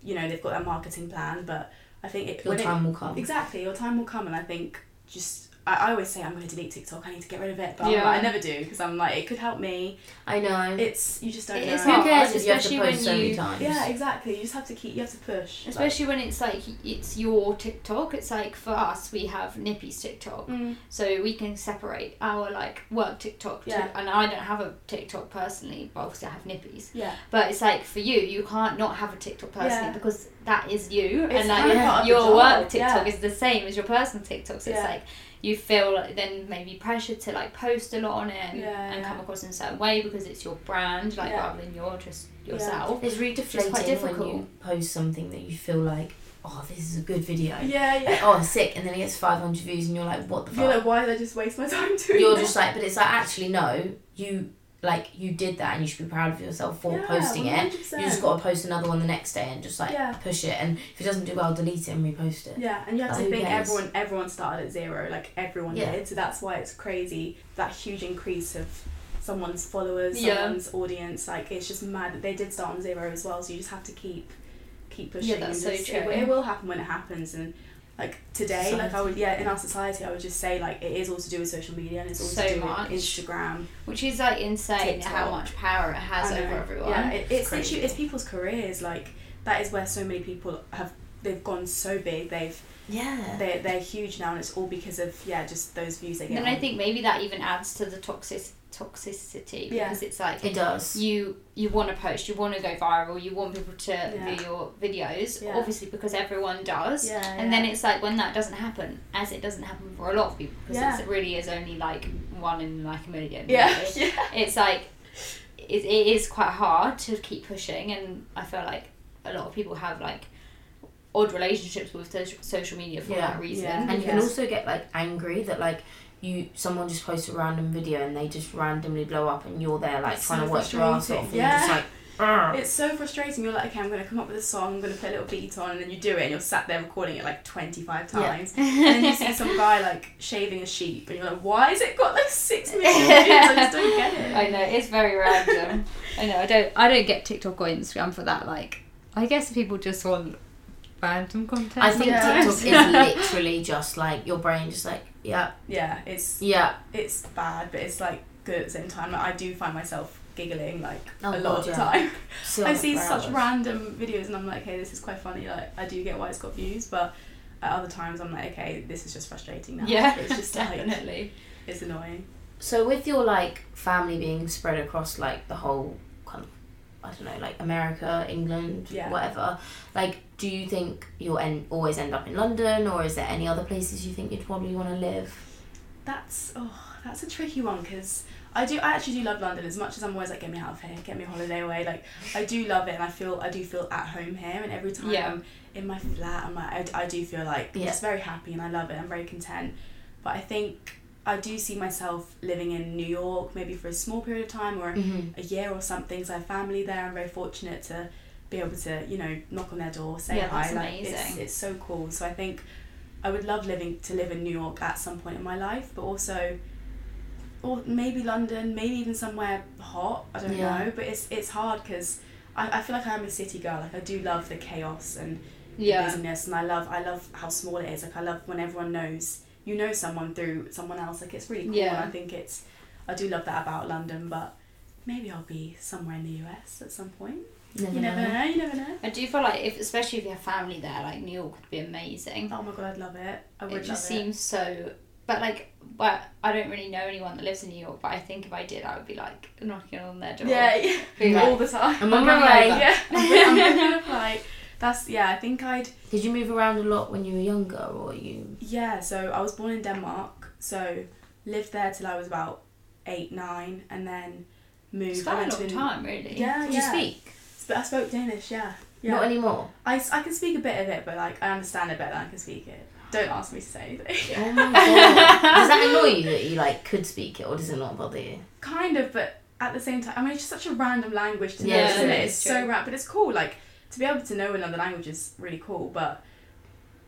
Speaker 1: you know they've got that marketing plan but i think it
Speaker 2: your
Speaker 1: when it-
Speaker 2: time will come
Speaker 1: Exactly, your time will come, and I think just I, I always say I'm going to delete TikTok. I need to get rid of it, but
Speaker 3: Yeah.
Speaker 1: I never do because I'm like it could help me.
Speaker 2: i know
Speaker 1: It's you just don't
Speaker 3: It
Speaker 1: know.
Speaker 3: is
Speaker 2: who
Speaker 3: hard,
Speaker 2: cares if you have
Speaker 3: especially
Speaker 2: to post
Speaker 3: when
Speaker 2: so many
Speaker 3: you-
Speaker 2: times
Speaker 1: Yeah, exactly. You just have to keep. You have to push.
Speaker 3: Especially when it's like it's your TikTok. It's like for us, we have Nippy's TikTok,
Speaker 1: Mm.
Speaker 3: so we can separate our like work TikTok. to-
Speaker 1: Yeah.
Speaker 3: and I don't have a TikTok personally, but obviously I have Nippy's.
Speaker 1: Yeah,
Speaker 3: But it's like for you, you can't not have a TikTok personally
Speaker 1: Yeah.
Speaker 3: because that is you,
Speaker 1: It's
Speaker 3: and like
Speaker 1: kind
Speaker 2: of
Speaker 1: part of the
Speaker 3: your
Speaker 1: job,
Speaker 3: work TikTok
Speaker 1: yeah.
Speaker 3: is the same as your personal TikTok. So
Speaker 1: Yeah.
Speaker 3: it's like you feel like then maybe pressure to like post a lot on it and,
Speaker 1: Yeah,
Speaker 3: and
Speaker 1: yeah.
Speaker 3: come across in a certain way because it's your brand, like
Speaker 1: Yeah.
Speaker 3: rather than you're just yourself.
Speaker 2: it's really
Speaker 3: quite
Speaker 2: deflating when you
Speaker 3: difficult.
Speaker 2: post something that you feel like oh this is a good video
Speaker 1: yeah,
Speaker 2: Like, [LAUGHS]
Speaker 1: yeah.
Speaker 2: oh sick and then it gets 500 views and you're like what the
Speaker 1: You're
Speaker 2: fuck
Speaker 1: like, why did I just waste my time doing?
Speaker 2: you're
Speaker 1: that?
Speaker 2: just like but it's like actually no you like you did that and you should be proud of yourself for
Speaker 1: Yeah,
Speaker 2: posting it
Speaker 1: 100%.
Speaker 2: you just gotta post another one the next day and just like
Speaker 1: Yeah.
Speaker 2: push it and if it doesn't do well delete it and repost it
Speaker 1: Yeah, and you have to
Speaker 2: Who
Speaker 1: think
Speaker 2: cares?
Speaker 1: everyone everyone started at zero, like everyone
Speaker 2: Yeah.
Speaker 1: did. So that's why it's crazy that huge increase of someone's followers,
Speaker 3: Yeah.
Speaker 1: someone's audience. Like it's just mad that they did start on zero as well. So you just have to keep keep pushing.
Speaker 3: that's
Speaker 1: and
Speaker 3: so
Speaker 1: just- it-
Speaker 3: true.
Speaker 1: It, will happen when it happens, and like today, like I would yeah in our society, I would just say like it is all to do with social media and it's all
Speaker 3: So
Speaker 1: to do
Speaker 3: much.
Speaker 1: with Instagram.
Speaker 3: Which is like insane how
Speaker 2: TikTok.
Speaker 3: much power it has
Speaker 1: I know.
Speaker 3: over everyone.
Speaker 1: Yeah, it, it's
Speaker 2: It's
Speaker 1: literally
Speaker 2: crazy.
Speaker 1: it's people's careers like. that is where so many people have they've gone so big. They've
Speaker 2: Yeah.
Speaker 1: they they're huge now, and it's all because of yeah, just those views they get.
Speaker 3: And I
Speaker 1: on.
Speaker 3: think maybe that even adds to the toxic toxicity
Speaker 1: Yeah.
Speaker 3: because it's like
Speaker 2: It does.
Speaker 3: you you want to post, you want to go viral, you want people to
Speaker 1: Yeah.
Speaker 3: view your videos,
Speaker 1: Yeah.
Speaker 3: obviously because everyone does.
Speaker 1: Yeah,
Speaker 3: And then
Speaker 1: yeah.
Speaker 3: it's like when that doesn't happen, as it doesn't happen for a lot of people, because
Speaker 1: Yeah.
Speaker 3: it really is only like one in like a million.
Speaker 1: [LAUGHS] yeah,
Speaker 3: really.
Speaker 1: yeah,
Speaker 3: It's like it, it is quite hard to keep pushing, and I feel like a lot of people have like odd relationships with so- social media for
Speaker 2: Yeah.
Speaker 3: that reason.
Speaker 1: Yeah.
Speaker 2: and you can
Speaker 1: Yeah.
Speaker 2: also get like angry that like you someone just posts a random video and they just randomly blow up and you're there like
Speaker 1: It's
Speaker 2: trying
Speaker 1: so
Speaker 2: to work your ass off and
Speaker 1: frustrating.
Speaker 2: you're just like "Argh."
Speaker 1: It's so frustrating. You're like, okay, I'm gonna come up with a song. I'm gonna put a little beat on, and then you do it, and you're sat there recording it like 25
Speaker 2: Yeah.
Speaker 1: times. and then you
Speaker 3: [LAUGHS]
Speaker 1: see some guy like shaving a sheep, and you're like, why has it got like six million views? I just don't get it.
Speaker 3: [LAUGHS] I know it's very
Speaker 1: [LAUGHS]
Speaker 3: random. I know I don't I don't get TikTok or Instagram for that. Like I guess people just want random content.
Speaker 2: I think
Speaker 1: Yeah. [LAUGHS]
Speaker 2: TikTok is
Speaker 3: [LAUGHS]
Speaker 2: literally just like your brain just like yeah
Speaker 1: Yeah, it's
Speaker 2: yeah
Speaker 1: it's bad, but it's like good at the same time. Like, I do find myself giggling like
Speaker 2: Oh,
Speaker 1: a lot
Speaker 2: God,
Speaker 1: of the
Speaker 2: yeah. [LAUGHS]
Speaker 1: time. [LAUGHS]
Speaker 2: so
Speaker 1: I see such
Speaker 2: hours.
Speaker 1: random videos, and I'm like, hey, this is quite funny. Like, I do get why it's got views, but at other times, I'm like, okay, this is just frustrating now.
Speaker 3: yeah,
Speaker 2: [LAUGHS]
Speaker 1: it's just like
Speaker 3: definitely.
Speaker 1: it's annoying.
Speaker 2: So with your like family being spread across like the whole kind of I don't know like America, England,
Speaker 1: Yeah.
Speaker 2: whatever. Like, do you think you'll end always end up in London, or is there any other places you think you'd probably want to live?
Speaker 1: That's oh, that's a tricky one because I do I actually do love London as much as I'm always like get me out of here, get me a holiday away. Like I do love it, and I feel I do feel at home here. And every time
Speaker 3: Yeah.
Speaker 1: I'm in my flat, I'm like I, I do feel like
Speaker 2: Yeah.
Speaker 1: just very happy, and I love it. I'm very content, but I think I do see myself living in New York maybe for a small period of time or
Speaker 2: Mm-hmm.
Speaker 3: Mm.
Speaker 1: a year or something. So I have family there. I'm very fortunate to be able to, you know, knock on their door, say
Speaker 3: Yeah,
Speaker 1: hi.
Speaker 3: that's
Speaker 1: like it's
Speaker 3: amazing.
Speaker 1: it's so cool. So I think I would love living to live in New York at some point in my life, but also or maybe London, maybe even somewhere hot. I don't
Speaker 2: Yeah.
Speaker 1: know, but it's it's hard because I, I feel like I'm a city girl. Like I do love the chaos and the
Speaker 3: Yeah,
Speaker 1: busyness, and I love I love how small it is. Like I love when everyone knows you know someone through someone else. Like it's really cool.
Speaker 3: Yeah.
Speaker 1: And I think it's I do love that about London, but maybe I'll be somewhere in the US at some point. You never know. You never know.
Speaker 3: I do feel like if especially if you have family there, like New York would be amazing.
Speaker 1: Oh my god, I'd love it. I would
Speaker 3: it just
Speaker 1: love
Speaker 3: seems so. But like, but I don't really know anyone that lives in New York. But I think if I did, I would be like knocking on their
Speaker 1: it.
Speaker 3: door.
Speaker 1: Yeah,
Speaker 3: [LAUGHS]
Speaker 1: yeah.
Speaker 3: Be like,
Speaker 1: all the time.
Speaker 2: I'm on
Speaker 3: my way.
Speaker 1: Yeah, [LAUGHS] I'm gonna apply. That's yeah. I think I'd
Speaker 2: Did you move around a lot when you were younger, or you?
Speaker 1: Yeah, so I was born in Denmark, so lived there till I was about eight, nine, and then moved.
Speaker 3: it's
Speaker 1: I
Speaker 3: quite
Speaker 1: went
Speaker 3: a long
Speaker 1: to-
Speaker 3: time, really.
Speaker 1: Yeah,
Speaker 2: Did
Speaker 1: yeah.
Speaker 2: you speak?
Speaker 1: Sp- I spoke Danish, yeah. Yeah.
Speaker 2: Not anymore.
Speaker 1: I, s- I can speak a bit of it, but like I understand it better than I can speak it. Don't ask me to say anything.
Speaker 2: Oh my god! does that annoy you that you like could speak it, or does it not bother you?
Speaker 1: [LAUGHS] kind of, but at the same time, I mean, it's just such a random language to know,
Speaker 2: Yeah,
Speaker 1: isn't it?
Speaker 3: it's
Speaker 1: It's
Speaker 3: true.
Speaker 1: so random, but it's cool. Like to be able to know another language is really cool, but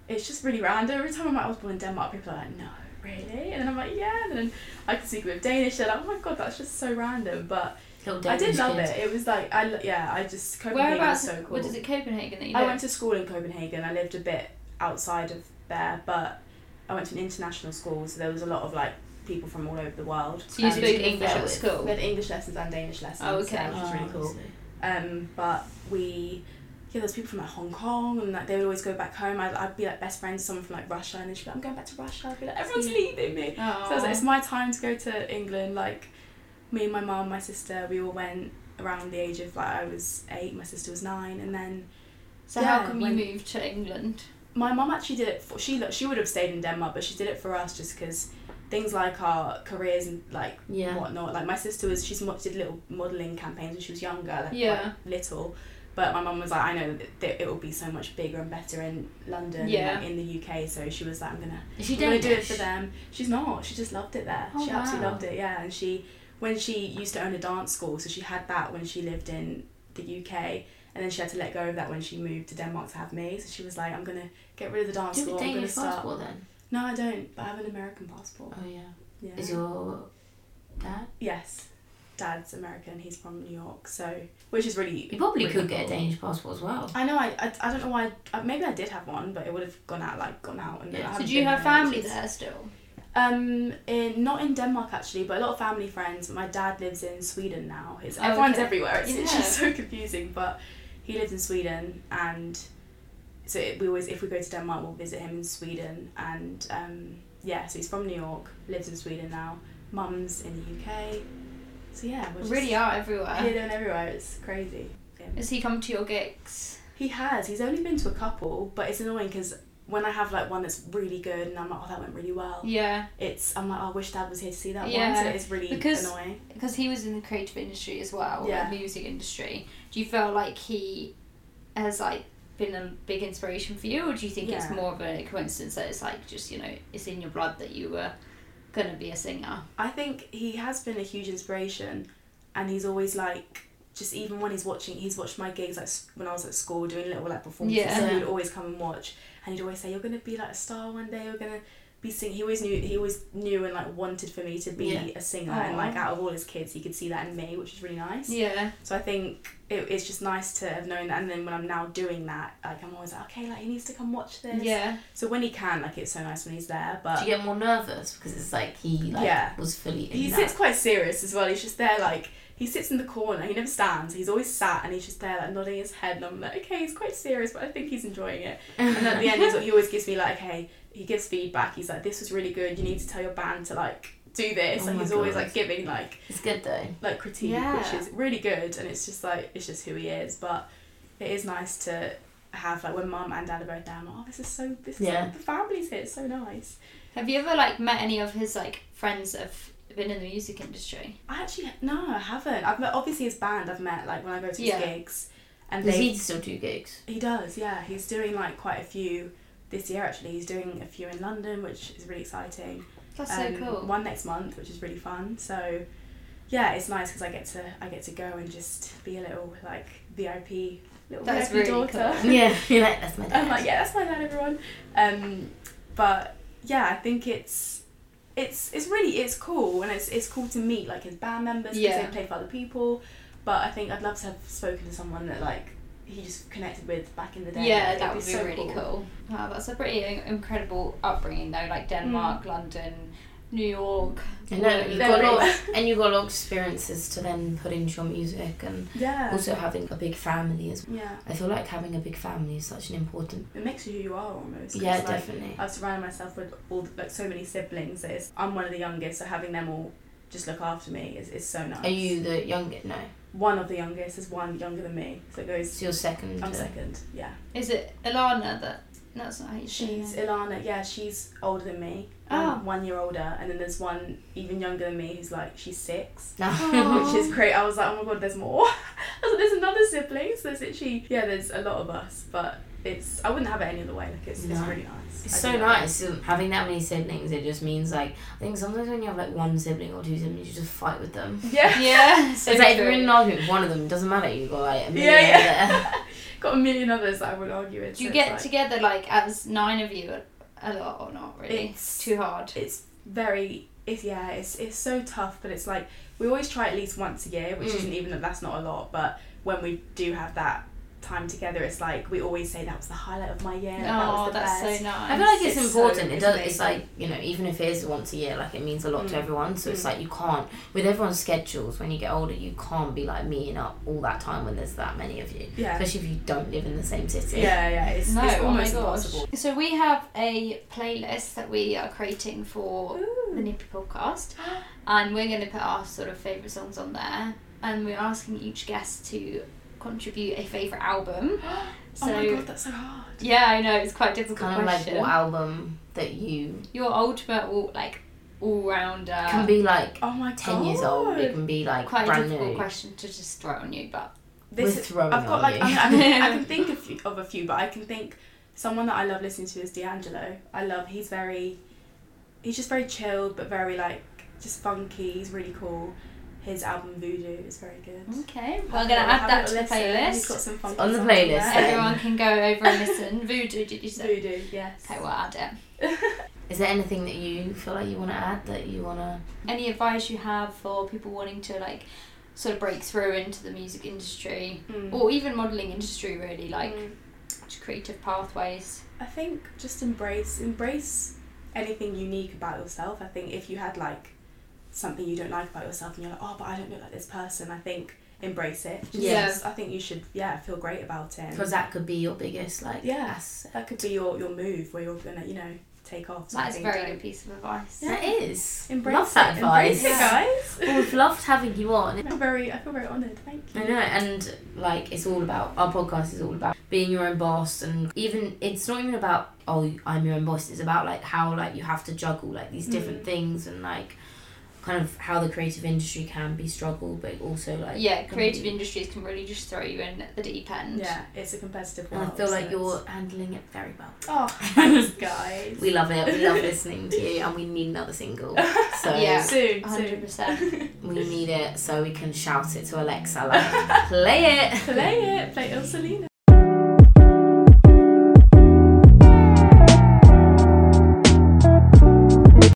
Speaker 1: it's just really random. Every time I'm like, I was born in Denmark, people are like, no, really? And then I'm like, yeah. And then I can speak a bit of Danish. They're like, oh my god, that's just so random, but
Speaker 2: Little
Speaker 1: I did
Speaker 2: Danish
Speaker 1: love
Speaker 2: kid.
Speaker 1: it. It was like I lo- yeah, I just Copenhagen was
Speaker 3: Whereabouts?
Speaker 1: so cool.
Speaker 3: What is it? Copenhagen that you
Speaker 1: I
Speaker 3: live?
Speaker 1: went to school in Copenhagen. I lived a bit outside of there, but I went to an international school, so there was a lot of like people from all over the world.
Speaker 3: So you
Speaker 1: Um,
Speaker 3: spoke
Speaker 2: did you live
Speaker 3: English
Speaker 2: there
Speaker 3: at
Speaker 2: with-
Speaker 3: school.
Speaker 1: We had English lessons and Danish lessons.
Speaker 3: Oh, okay.
Speaker 1: so which was really cool. Um, but we. Yeah, there was people from like Hong Kong, and like they would always go back home. I'd, I'd be like best friends with someone from like Russia, and they'd just be like, "I'm going back to Russia." I'd be like, "Everyone's leaving me."
Speaker 3: Oh.
Speaker 1: So I was like, it's my time to go to England. Like, me and my mum, my sister, we all went around the age of like I was eight, my sister was nine, and then
Speaker 3: So
Speaker 1: Yeah,
Speaker 3: how come you
Speaker 1: when-
Speaker 3: moved to England?
Speaker 1: my mum actually did it for she look she would have stayed in Denmark, but she did it for us just because things like our careers and like
Speaker 2: Yeah.
Speaker 1: whatnot. Like my sister was she's mo- did little modelling campaigns when she was younger, like
Speaker 3: Yeah.
Speaker 1: quite little. But my mum was like, I know that- that it will be so much bigger and better in London,
Speaker 3: Yeah.
Speaker 1: like, in the UK. So she was like, I'm gonna
Speaker 2: Is she
Speaker 1: I'm gonna do it
Speaker 2: Danish?
Speaker 1: for them. She's not. She just loved it there.
Speaker 3: Oh,
Speaker 1: she absolutely
Speaker 2: wow.
Speaker 1: loved it. Yeah, and she when she used to own a dance school, so she had that when she lived in the UK, and then she had to let go of that when she moved to Denmark to have me. So she was like, I'm gonna get rid of the dance
Speaker 2: Do you
Speaker 1: school.
Speaker 2: have a
Speaker 1: I'm gonna
Speaker 2: Danish
Speaker 1: start.
Speaker 2: passport then?
Speaker 1: No, I don't. But I have an American passport.
Speaker 2: Oh yeah.
Speaker 1: Yeah.
Speaker 2: Is your dad?
Speaker 1: yes. Dad's American. He's from New York, so which is really
Speaker 2: You probably
Speaker 1: really
Speaker 2: could get a
Speaker 1: cool.
Speaker 2: Danish passport as well.
Speaker 1: I know. I, I, I don't know why. I, maybe I did have one, but it would have gone out like gone out. And
Speaker 2: Yeah.
Speaker 1: I
Speaker 3: So
Speaker 1: haven't
Speaker 3: do you
Speaker 1: been
Speaker 3: have
Speaker 1: there, which
Speaker 3: family
Speaker 1: is-
Speaker 3: there still?
Speaker 1: Um, in not in Denmark actually, but a lot of family friends. But my dad lives in Sweden now. It's
Speaker 3: Oh,
Speaker 1: everyone's
Speaker 3: okay.
Speaker 1: [LAUGHS] everywhere. It's, it's
Speaker 3: Yeah.
Speaker 1: just so confusing, but. he lives in Sweden, and so it, we always if we go to Denmark, we'll visit him in Sweden. And um, yeah, so he's from New York, lives in Sweden now. Mum's in the UK. So yeah, we're just
Speaker 3: really are everywhere.
Speaker 1: here, there, and everywhere. It's crazy.
Speaker 3: Has he come to your gigs?
Speaker 1: He has. He's only been to a couple, but it's annoying because when I have like one that's really good and I'm like, oh, that went really well.
Speaker 3: Yeah,
Speaker 1: It's I'm like, oh, I wish Dad was here to see that one.
Speaker 3: Yeah,
Speaker 1: So it's really
Speaker 3: because-
Speaker 1: annoying.
Speaker 3: because he was in the creative industry as well,
Speaker 1: Yeah.
Speaker 3: the music industry. Do you feel like he has like been a big inspiration for you, or do you think it's
Speaker 1: Yeah.
Speaker 3: more of a coincidence that it's like just you know it's in your blood that you were gonna be a singer?
Speaker 1: I think he has been a huge inspiration, and he's always like. Just even when he's watching, he's watched my gigs like s- when I was at school doing little like performances.
Speaker 3: Yeah.
Speaker 1: So he would always come and watch, and he'd always say, "You're gonna be like a star one day. You're gonna be singing." He always knew. He always knew and like wanted for me to be
Speaker 2: Yeah.
Speaker 1: a singer.
Speaker 3: Aw.
Speaker 1: And like out of all his kids, he could see that in me, which is really nice.
Speaker 3: Yeah,
Speaker 1: So I think it, it's just nice to have known that. And then when I'm now doing that, like I'm always like, okay, like he needs to come watch this.
Speaker 3: yeah.
Speaker 1: So when he can, like it's so nice when he's there.
Speaker 2: Do
Speaker 1: But
Speaker 2: you get more nervous because it's like he like
Speaker 1: Uh, Yeah.
Speaker 2: was fully in
Speaker 1: he
Speaker 2: that?
Speaker 1: sits quite serious as well. He's just there like he sits in the corner. He never stands. He's always sat and he's just there like nodding his head. And I'm like, okay, he's quite serious, but I think he's enjoying it. And at the end, he's, he always gives me like, okay, he gives feedback. He's like, this was really good. You need to tell your band to like do this.
Speaker 2: Oh
Speaker 1: like
Speaker 2: my
Speaker 1: he's always
Speaker 2: God.
Speaker 1: like giving like
Speaker 2: [LAUGHS] it's good though.
Speaker 1: like critique,
Speaker 3: Yeah.
Speaker 1: which is really good, and it's just like it's just who he is. But it is nice to have like when mum and dad are both there. I'm like, oh, this is so this is
Speaker 2: Yeah.
Speaker 1: like, the family's here. It's so nice.
Speaker 3: Have you ever like met any of his like friends that have been in the music industry?
Speaker 1: I actually no, I haven't. I've met obviously his band. I've met like when I go to his
Speaker 3: Yeah.
Speaker 1: gigs, and
Speaker 2: Does
Speaker 1: they
Speaker 2: he still do
Speaker 1: [LAUGHS]
Speaker 2: gigs?
Speaker 1: he does yeah. He's doing like quite a few this year actually. He's doing a few in London, which is really exciting.
Speaker 3: That's
Speaker 1: um,
Speaker 3: so cool.
Speaker 1: One next month, which is really fun. So, yeah, it's nice because I get to I get to go and just be a little like VIP little
Speaker 3: That's
Speaker 1: VIP
Speaker 3: really
Speaker 1: daughter. [LAUGHS]
Speaker 3: cool.
Speaker 2: yeah, [LAUGHS] you're like that's my dad.
Speaker 1: I'm like, Oh, yeah, that's my dad, everyone. Um, but yeah, I think it's it's it's really it's cool and it's it's cool to meet like his band members because
Speaker 3: Yeah.
Speaker 1: they play for other people. But I think I'd love to have spoken to someone that like he just connected with back in the day.
Speaker 3: Yeah,
Speaker 1: Like, it'd
Speaker 3: that would be
Speaker 1: so
Speaker 3: really cool. Wow, that's a pretty in- incredible upbringing though, like
Speaker 1: Mm.
Speaker 3: Denmark, London, New York.
Speaker 2: I know you
Speaker 1: They're
Speaker 2: got a
Speaker 1: really-
Speaker 2: lot,
Speaker 3: [LAUGHS]
Speaker 2: and you got a lot of experiences to then put into your music, and
Speaker 1: Yeah.
Speaker 2: also having a big family as.
Speaker 1: yeah,
Speaker 2: I feel like having a big family is such an important.
Speaker 1: it makes you who you are almost.
Speaker 2: Yeah,
Speaker 1: It's like,
Speaker 2: definitely.
Speaker 1: I've surrounded myself with all the, like so many siblings. That it's, I'm one of the youngest, so having them all just look after me is, is so nice.
Speaker 2: Are you the youngest? No,
Speaker 1: one of the youngest? Is one younger than me, so it goes.
Speaker 2: it's your second.
Speaker 1: I'm
Speaker 2: uh,
Speaker 1: second. Yeah,
Speaker 3: Is it Alana that? No, that's not how you say
Speaker 1: she's
Speaker 3: it.
Speaker 1: Ilana. Yeah, she's older than me. um,
Speaker 3: Oh.
Speaker 1: one year older, and then there's one even younger than me who's like she's six,
Speaker 2: No.
Speaker 3: Aw.
Speaker 1: which is great. I was like, oh my god, there's more. [LAUGHS] I was like, there's another sibling. So there's literally yeah, there's a lot of us, but it's I wouldn't have it any other way. Like it's, it's
Speaker 2: No.
Speaker 1: really nice.
Speaker 2: It's
Speaker 1: I
Speaker 2: so
Speaker 1: do love it.
Speaker 2: nice um, having that many siblings. It just means like I think sometimes when you have like one sibling or two siblings, you just fight with them.
Speaker 1: Yeah.
Speaker 3: Yeah, so
Speaker 2: it's like if
Speaker 3: true.
Speaker 2: you're in an argument with one of them, it doesn't matter. You got like a million
Speaker 1: Yeah, yeah.
Speaker 2: there.
Speaker 1: [LAUGHS] [LAUGHS] Got a million others that I would argue with.
Speaker 3: Do you
Speaker 1: so it's
Speaker 3: get
Speaker 1: like-
Speaker 3: together like as nine of you a lot or not really?
Speaker 1: It's-
Speaker 3: too hard.
Speaker 1: it's very it's yeah it's it's so tough but it's like we always try at least once a year which
Speaker 2: Mm.
Speaker 1: isn't even that's not a lot but when we do have that time together it's like we always say that was the highlight of my year like, that was
Speaker 3: oh,
Speaker 1: the
Speaker 3: that's [LAUGHS]
Speaker 1: best
Speaker 3: so nice.
Speaker 2: I feel like it's,
Speaker 1: It's so-
Speaker 2: important. it
Speaker 1: it's
Speaker 2: does. It's
Speaker 1: amazing.
Speaker 2: like you know, even if it is once a year, like it means a lot to
Speaker 1: Mm.
Speaker 2: everyone. So it's
Speaker 1: Mm.
Speaker 2: like you can't with everyone's schedules. When you get older, you can't be like meeting up all that time when there's that many of you,
Speaker 1: yeah
Speaker 2: especially if you don't live in the same city.
Speaker 1: yeah yeah it's,
Speaker 3: no,
Speaker 1: it's
Speaker 3: oh my
Speaker 1: almost
Speaker 3: gosh.
Speaker 1: impossible
Speaker 3: So we have a playlist that we are creating for [GASPS] the Nippy podcast, and we're going to put our sort of favourite songs on there. And we're asking each guest to contribute a favourite album. So,
Speaker 1: [GASPS] oh my god that's so hard
Speaker 3: yeah, I know it's quite a difficult
Speaker 2: Kind of like
Speaker 3: question.
Speaker 2: what album that you
Speaker 3: Your ultimate, all, like all rounder,
Speaker 2: can be like
Speaker 1: oh my
Speaker 2: ten
Speaker 1: god
Speaker 2: years old. It can be like
Speaker 3: quite a
Speaker 2: brand
Speaker 3: difficult
Speaker 2: new.
Speaker 3: question to just throw on you, but
Speaker 1: this
Speaker 2: We're
Speaker 1: is-
Speaker 2: throwing
Speaker 1: I've got
Speaker 2: on
Speaker 1: like
Speaker 2: you.
Speaker 1: I, mean, I, can, I
Speaker 2: [LAUGHS]
Speaker 1: can think of, few, of a few, but I can think someone that I love listening to is D'Angelo. I love he's very, he's just very chilled but very like just funky. He's really cool. His album Voodoo is very good.
Speaker 3: okay, we're Oh. gonna add
Speaker 1: Have
Speaker 3: that
Speaker 1: a
Speaker 3: to the
Speaker 1: listen. He's
Speaker 3: playlist.
Speaker 1: got some funky
Speaker 2: On the
Speaker 1: songs there.
Speaker 2: playlist, then.
Speaker 3: Everyone can go over
Speaker 1: [LAUGHS]
Speaker 3: and listen. Voodoo, did you say?
Speaker 1: Voodoo, yes.
Speaker 3: Okay, we'll add it.
Speaker 2: Is there anything that you feel like you want to add that you want to?
Speaker 3: any advice you have for people wanting to like sort of break through into the music industry
Speaker 1: [LAUGHS] Mm.
Speaker 3: or even modeling industry really like
Speaker 1: Mm.
Speaker 3: just creative pathways
Speaker 1: I think just embrace embrace anything unique about yourself. I think if you had like something you don't like about yourself and you're like, oh, but I don't look like this person. I think embrace it. Just,
Speaker 3: Yeah.
Speaker 1: just- I think you should yeah feel great about it.
Speaker 2: because that could be your biggest like
Speaker 1: Yeah.
Speaker 2: yes
Speaker 1: that could be your, your move where you're gonna you know take
Speaker 3: That
Speaker 1: off.
Speaker 3: is a
Speaker 1: something,
Speaker 3: very
Speaker 1: don't-
Speaker 3: good piece of advice.
Speaker 2: that is
Speaker 1: Embrace
Speaker 2: love that
Speaker 1: it,
Speaker 2: advice
Speaker 1: Embrace it, guys. [LAUGHS]
Speaker 2: Well, [LAUGHS] we've loved having you on
Speaker 1: I'm very I feel very honoured. Thank
Speaker 2: I
Speaker 1: you.
Speaker 2: know, and like it's all about our podcast is all about being your own boss, and even it's not even about oh I'm your own boss. It's about like how like you have to juggle like these different
Speaker 1: Mm.
Speaker 2: things and like kind of how the creative industry can be struggled, but also like
Speaker 3: Yeah,
Speaker 2: can
Speaker 3: creative
Speaker 2: be-
Speaker 3: industries can really just throw you in the deep end.
Speaker 1: Mm-hmm. Yeah, it's a competitive
Speaker 2: And
Speaker 1: world.
Speaker 2: I feel like
Speaker 1: so
Speaker 2: you're
Speaker 1: it's-
Speaker 2: handling it very well.
Speaker 1: Oh, thanks, guys.
Speaker 2: [LAUGHS] We love it. We love listening to you, and we need another single. So
Speaker 3: Yeah.
Speaker 1: soon, soon.
Speaker 3: 100%.
Speaker 2: we need it so we can shout it to Alexa like play it.
Speaker 1: Play it. Play Il Selena.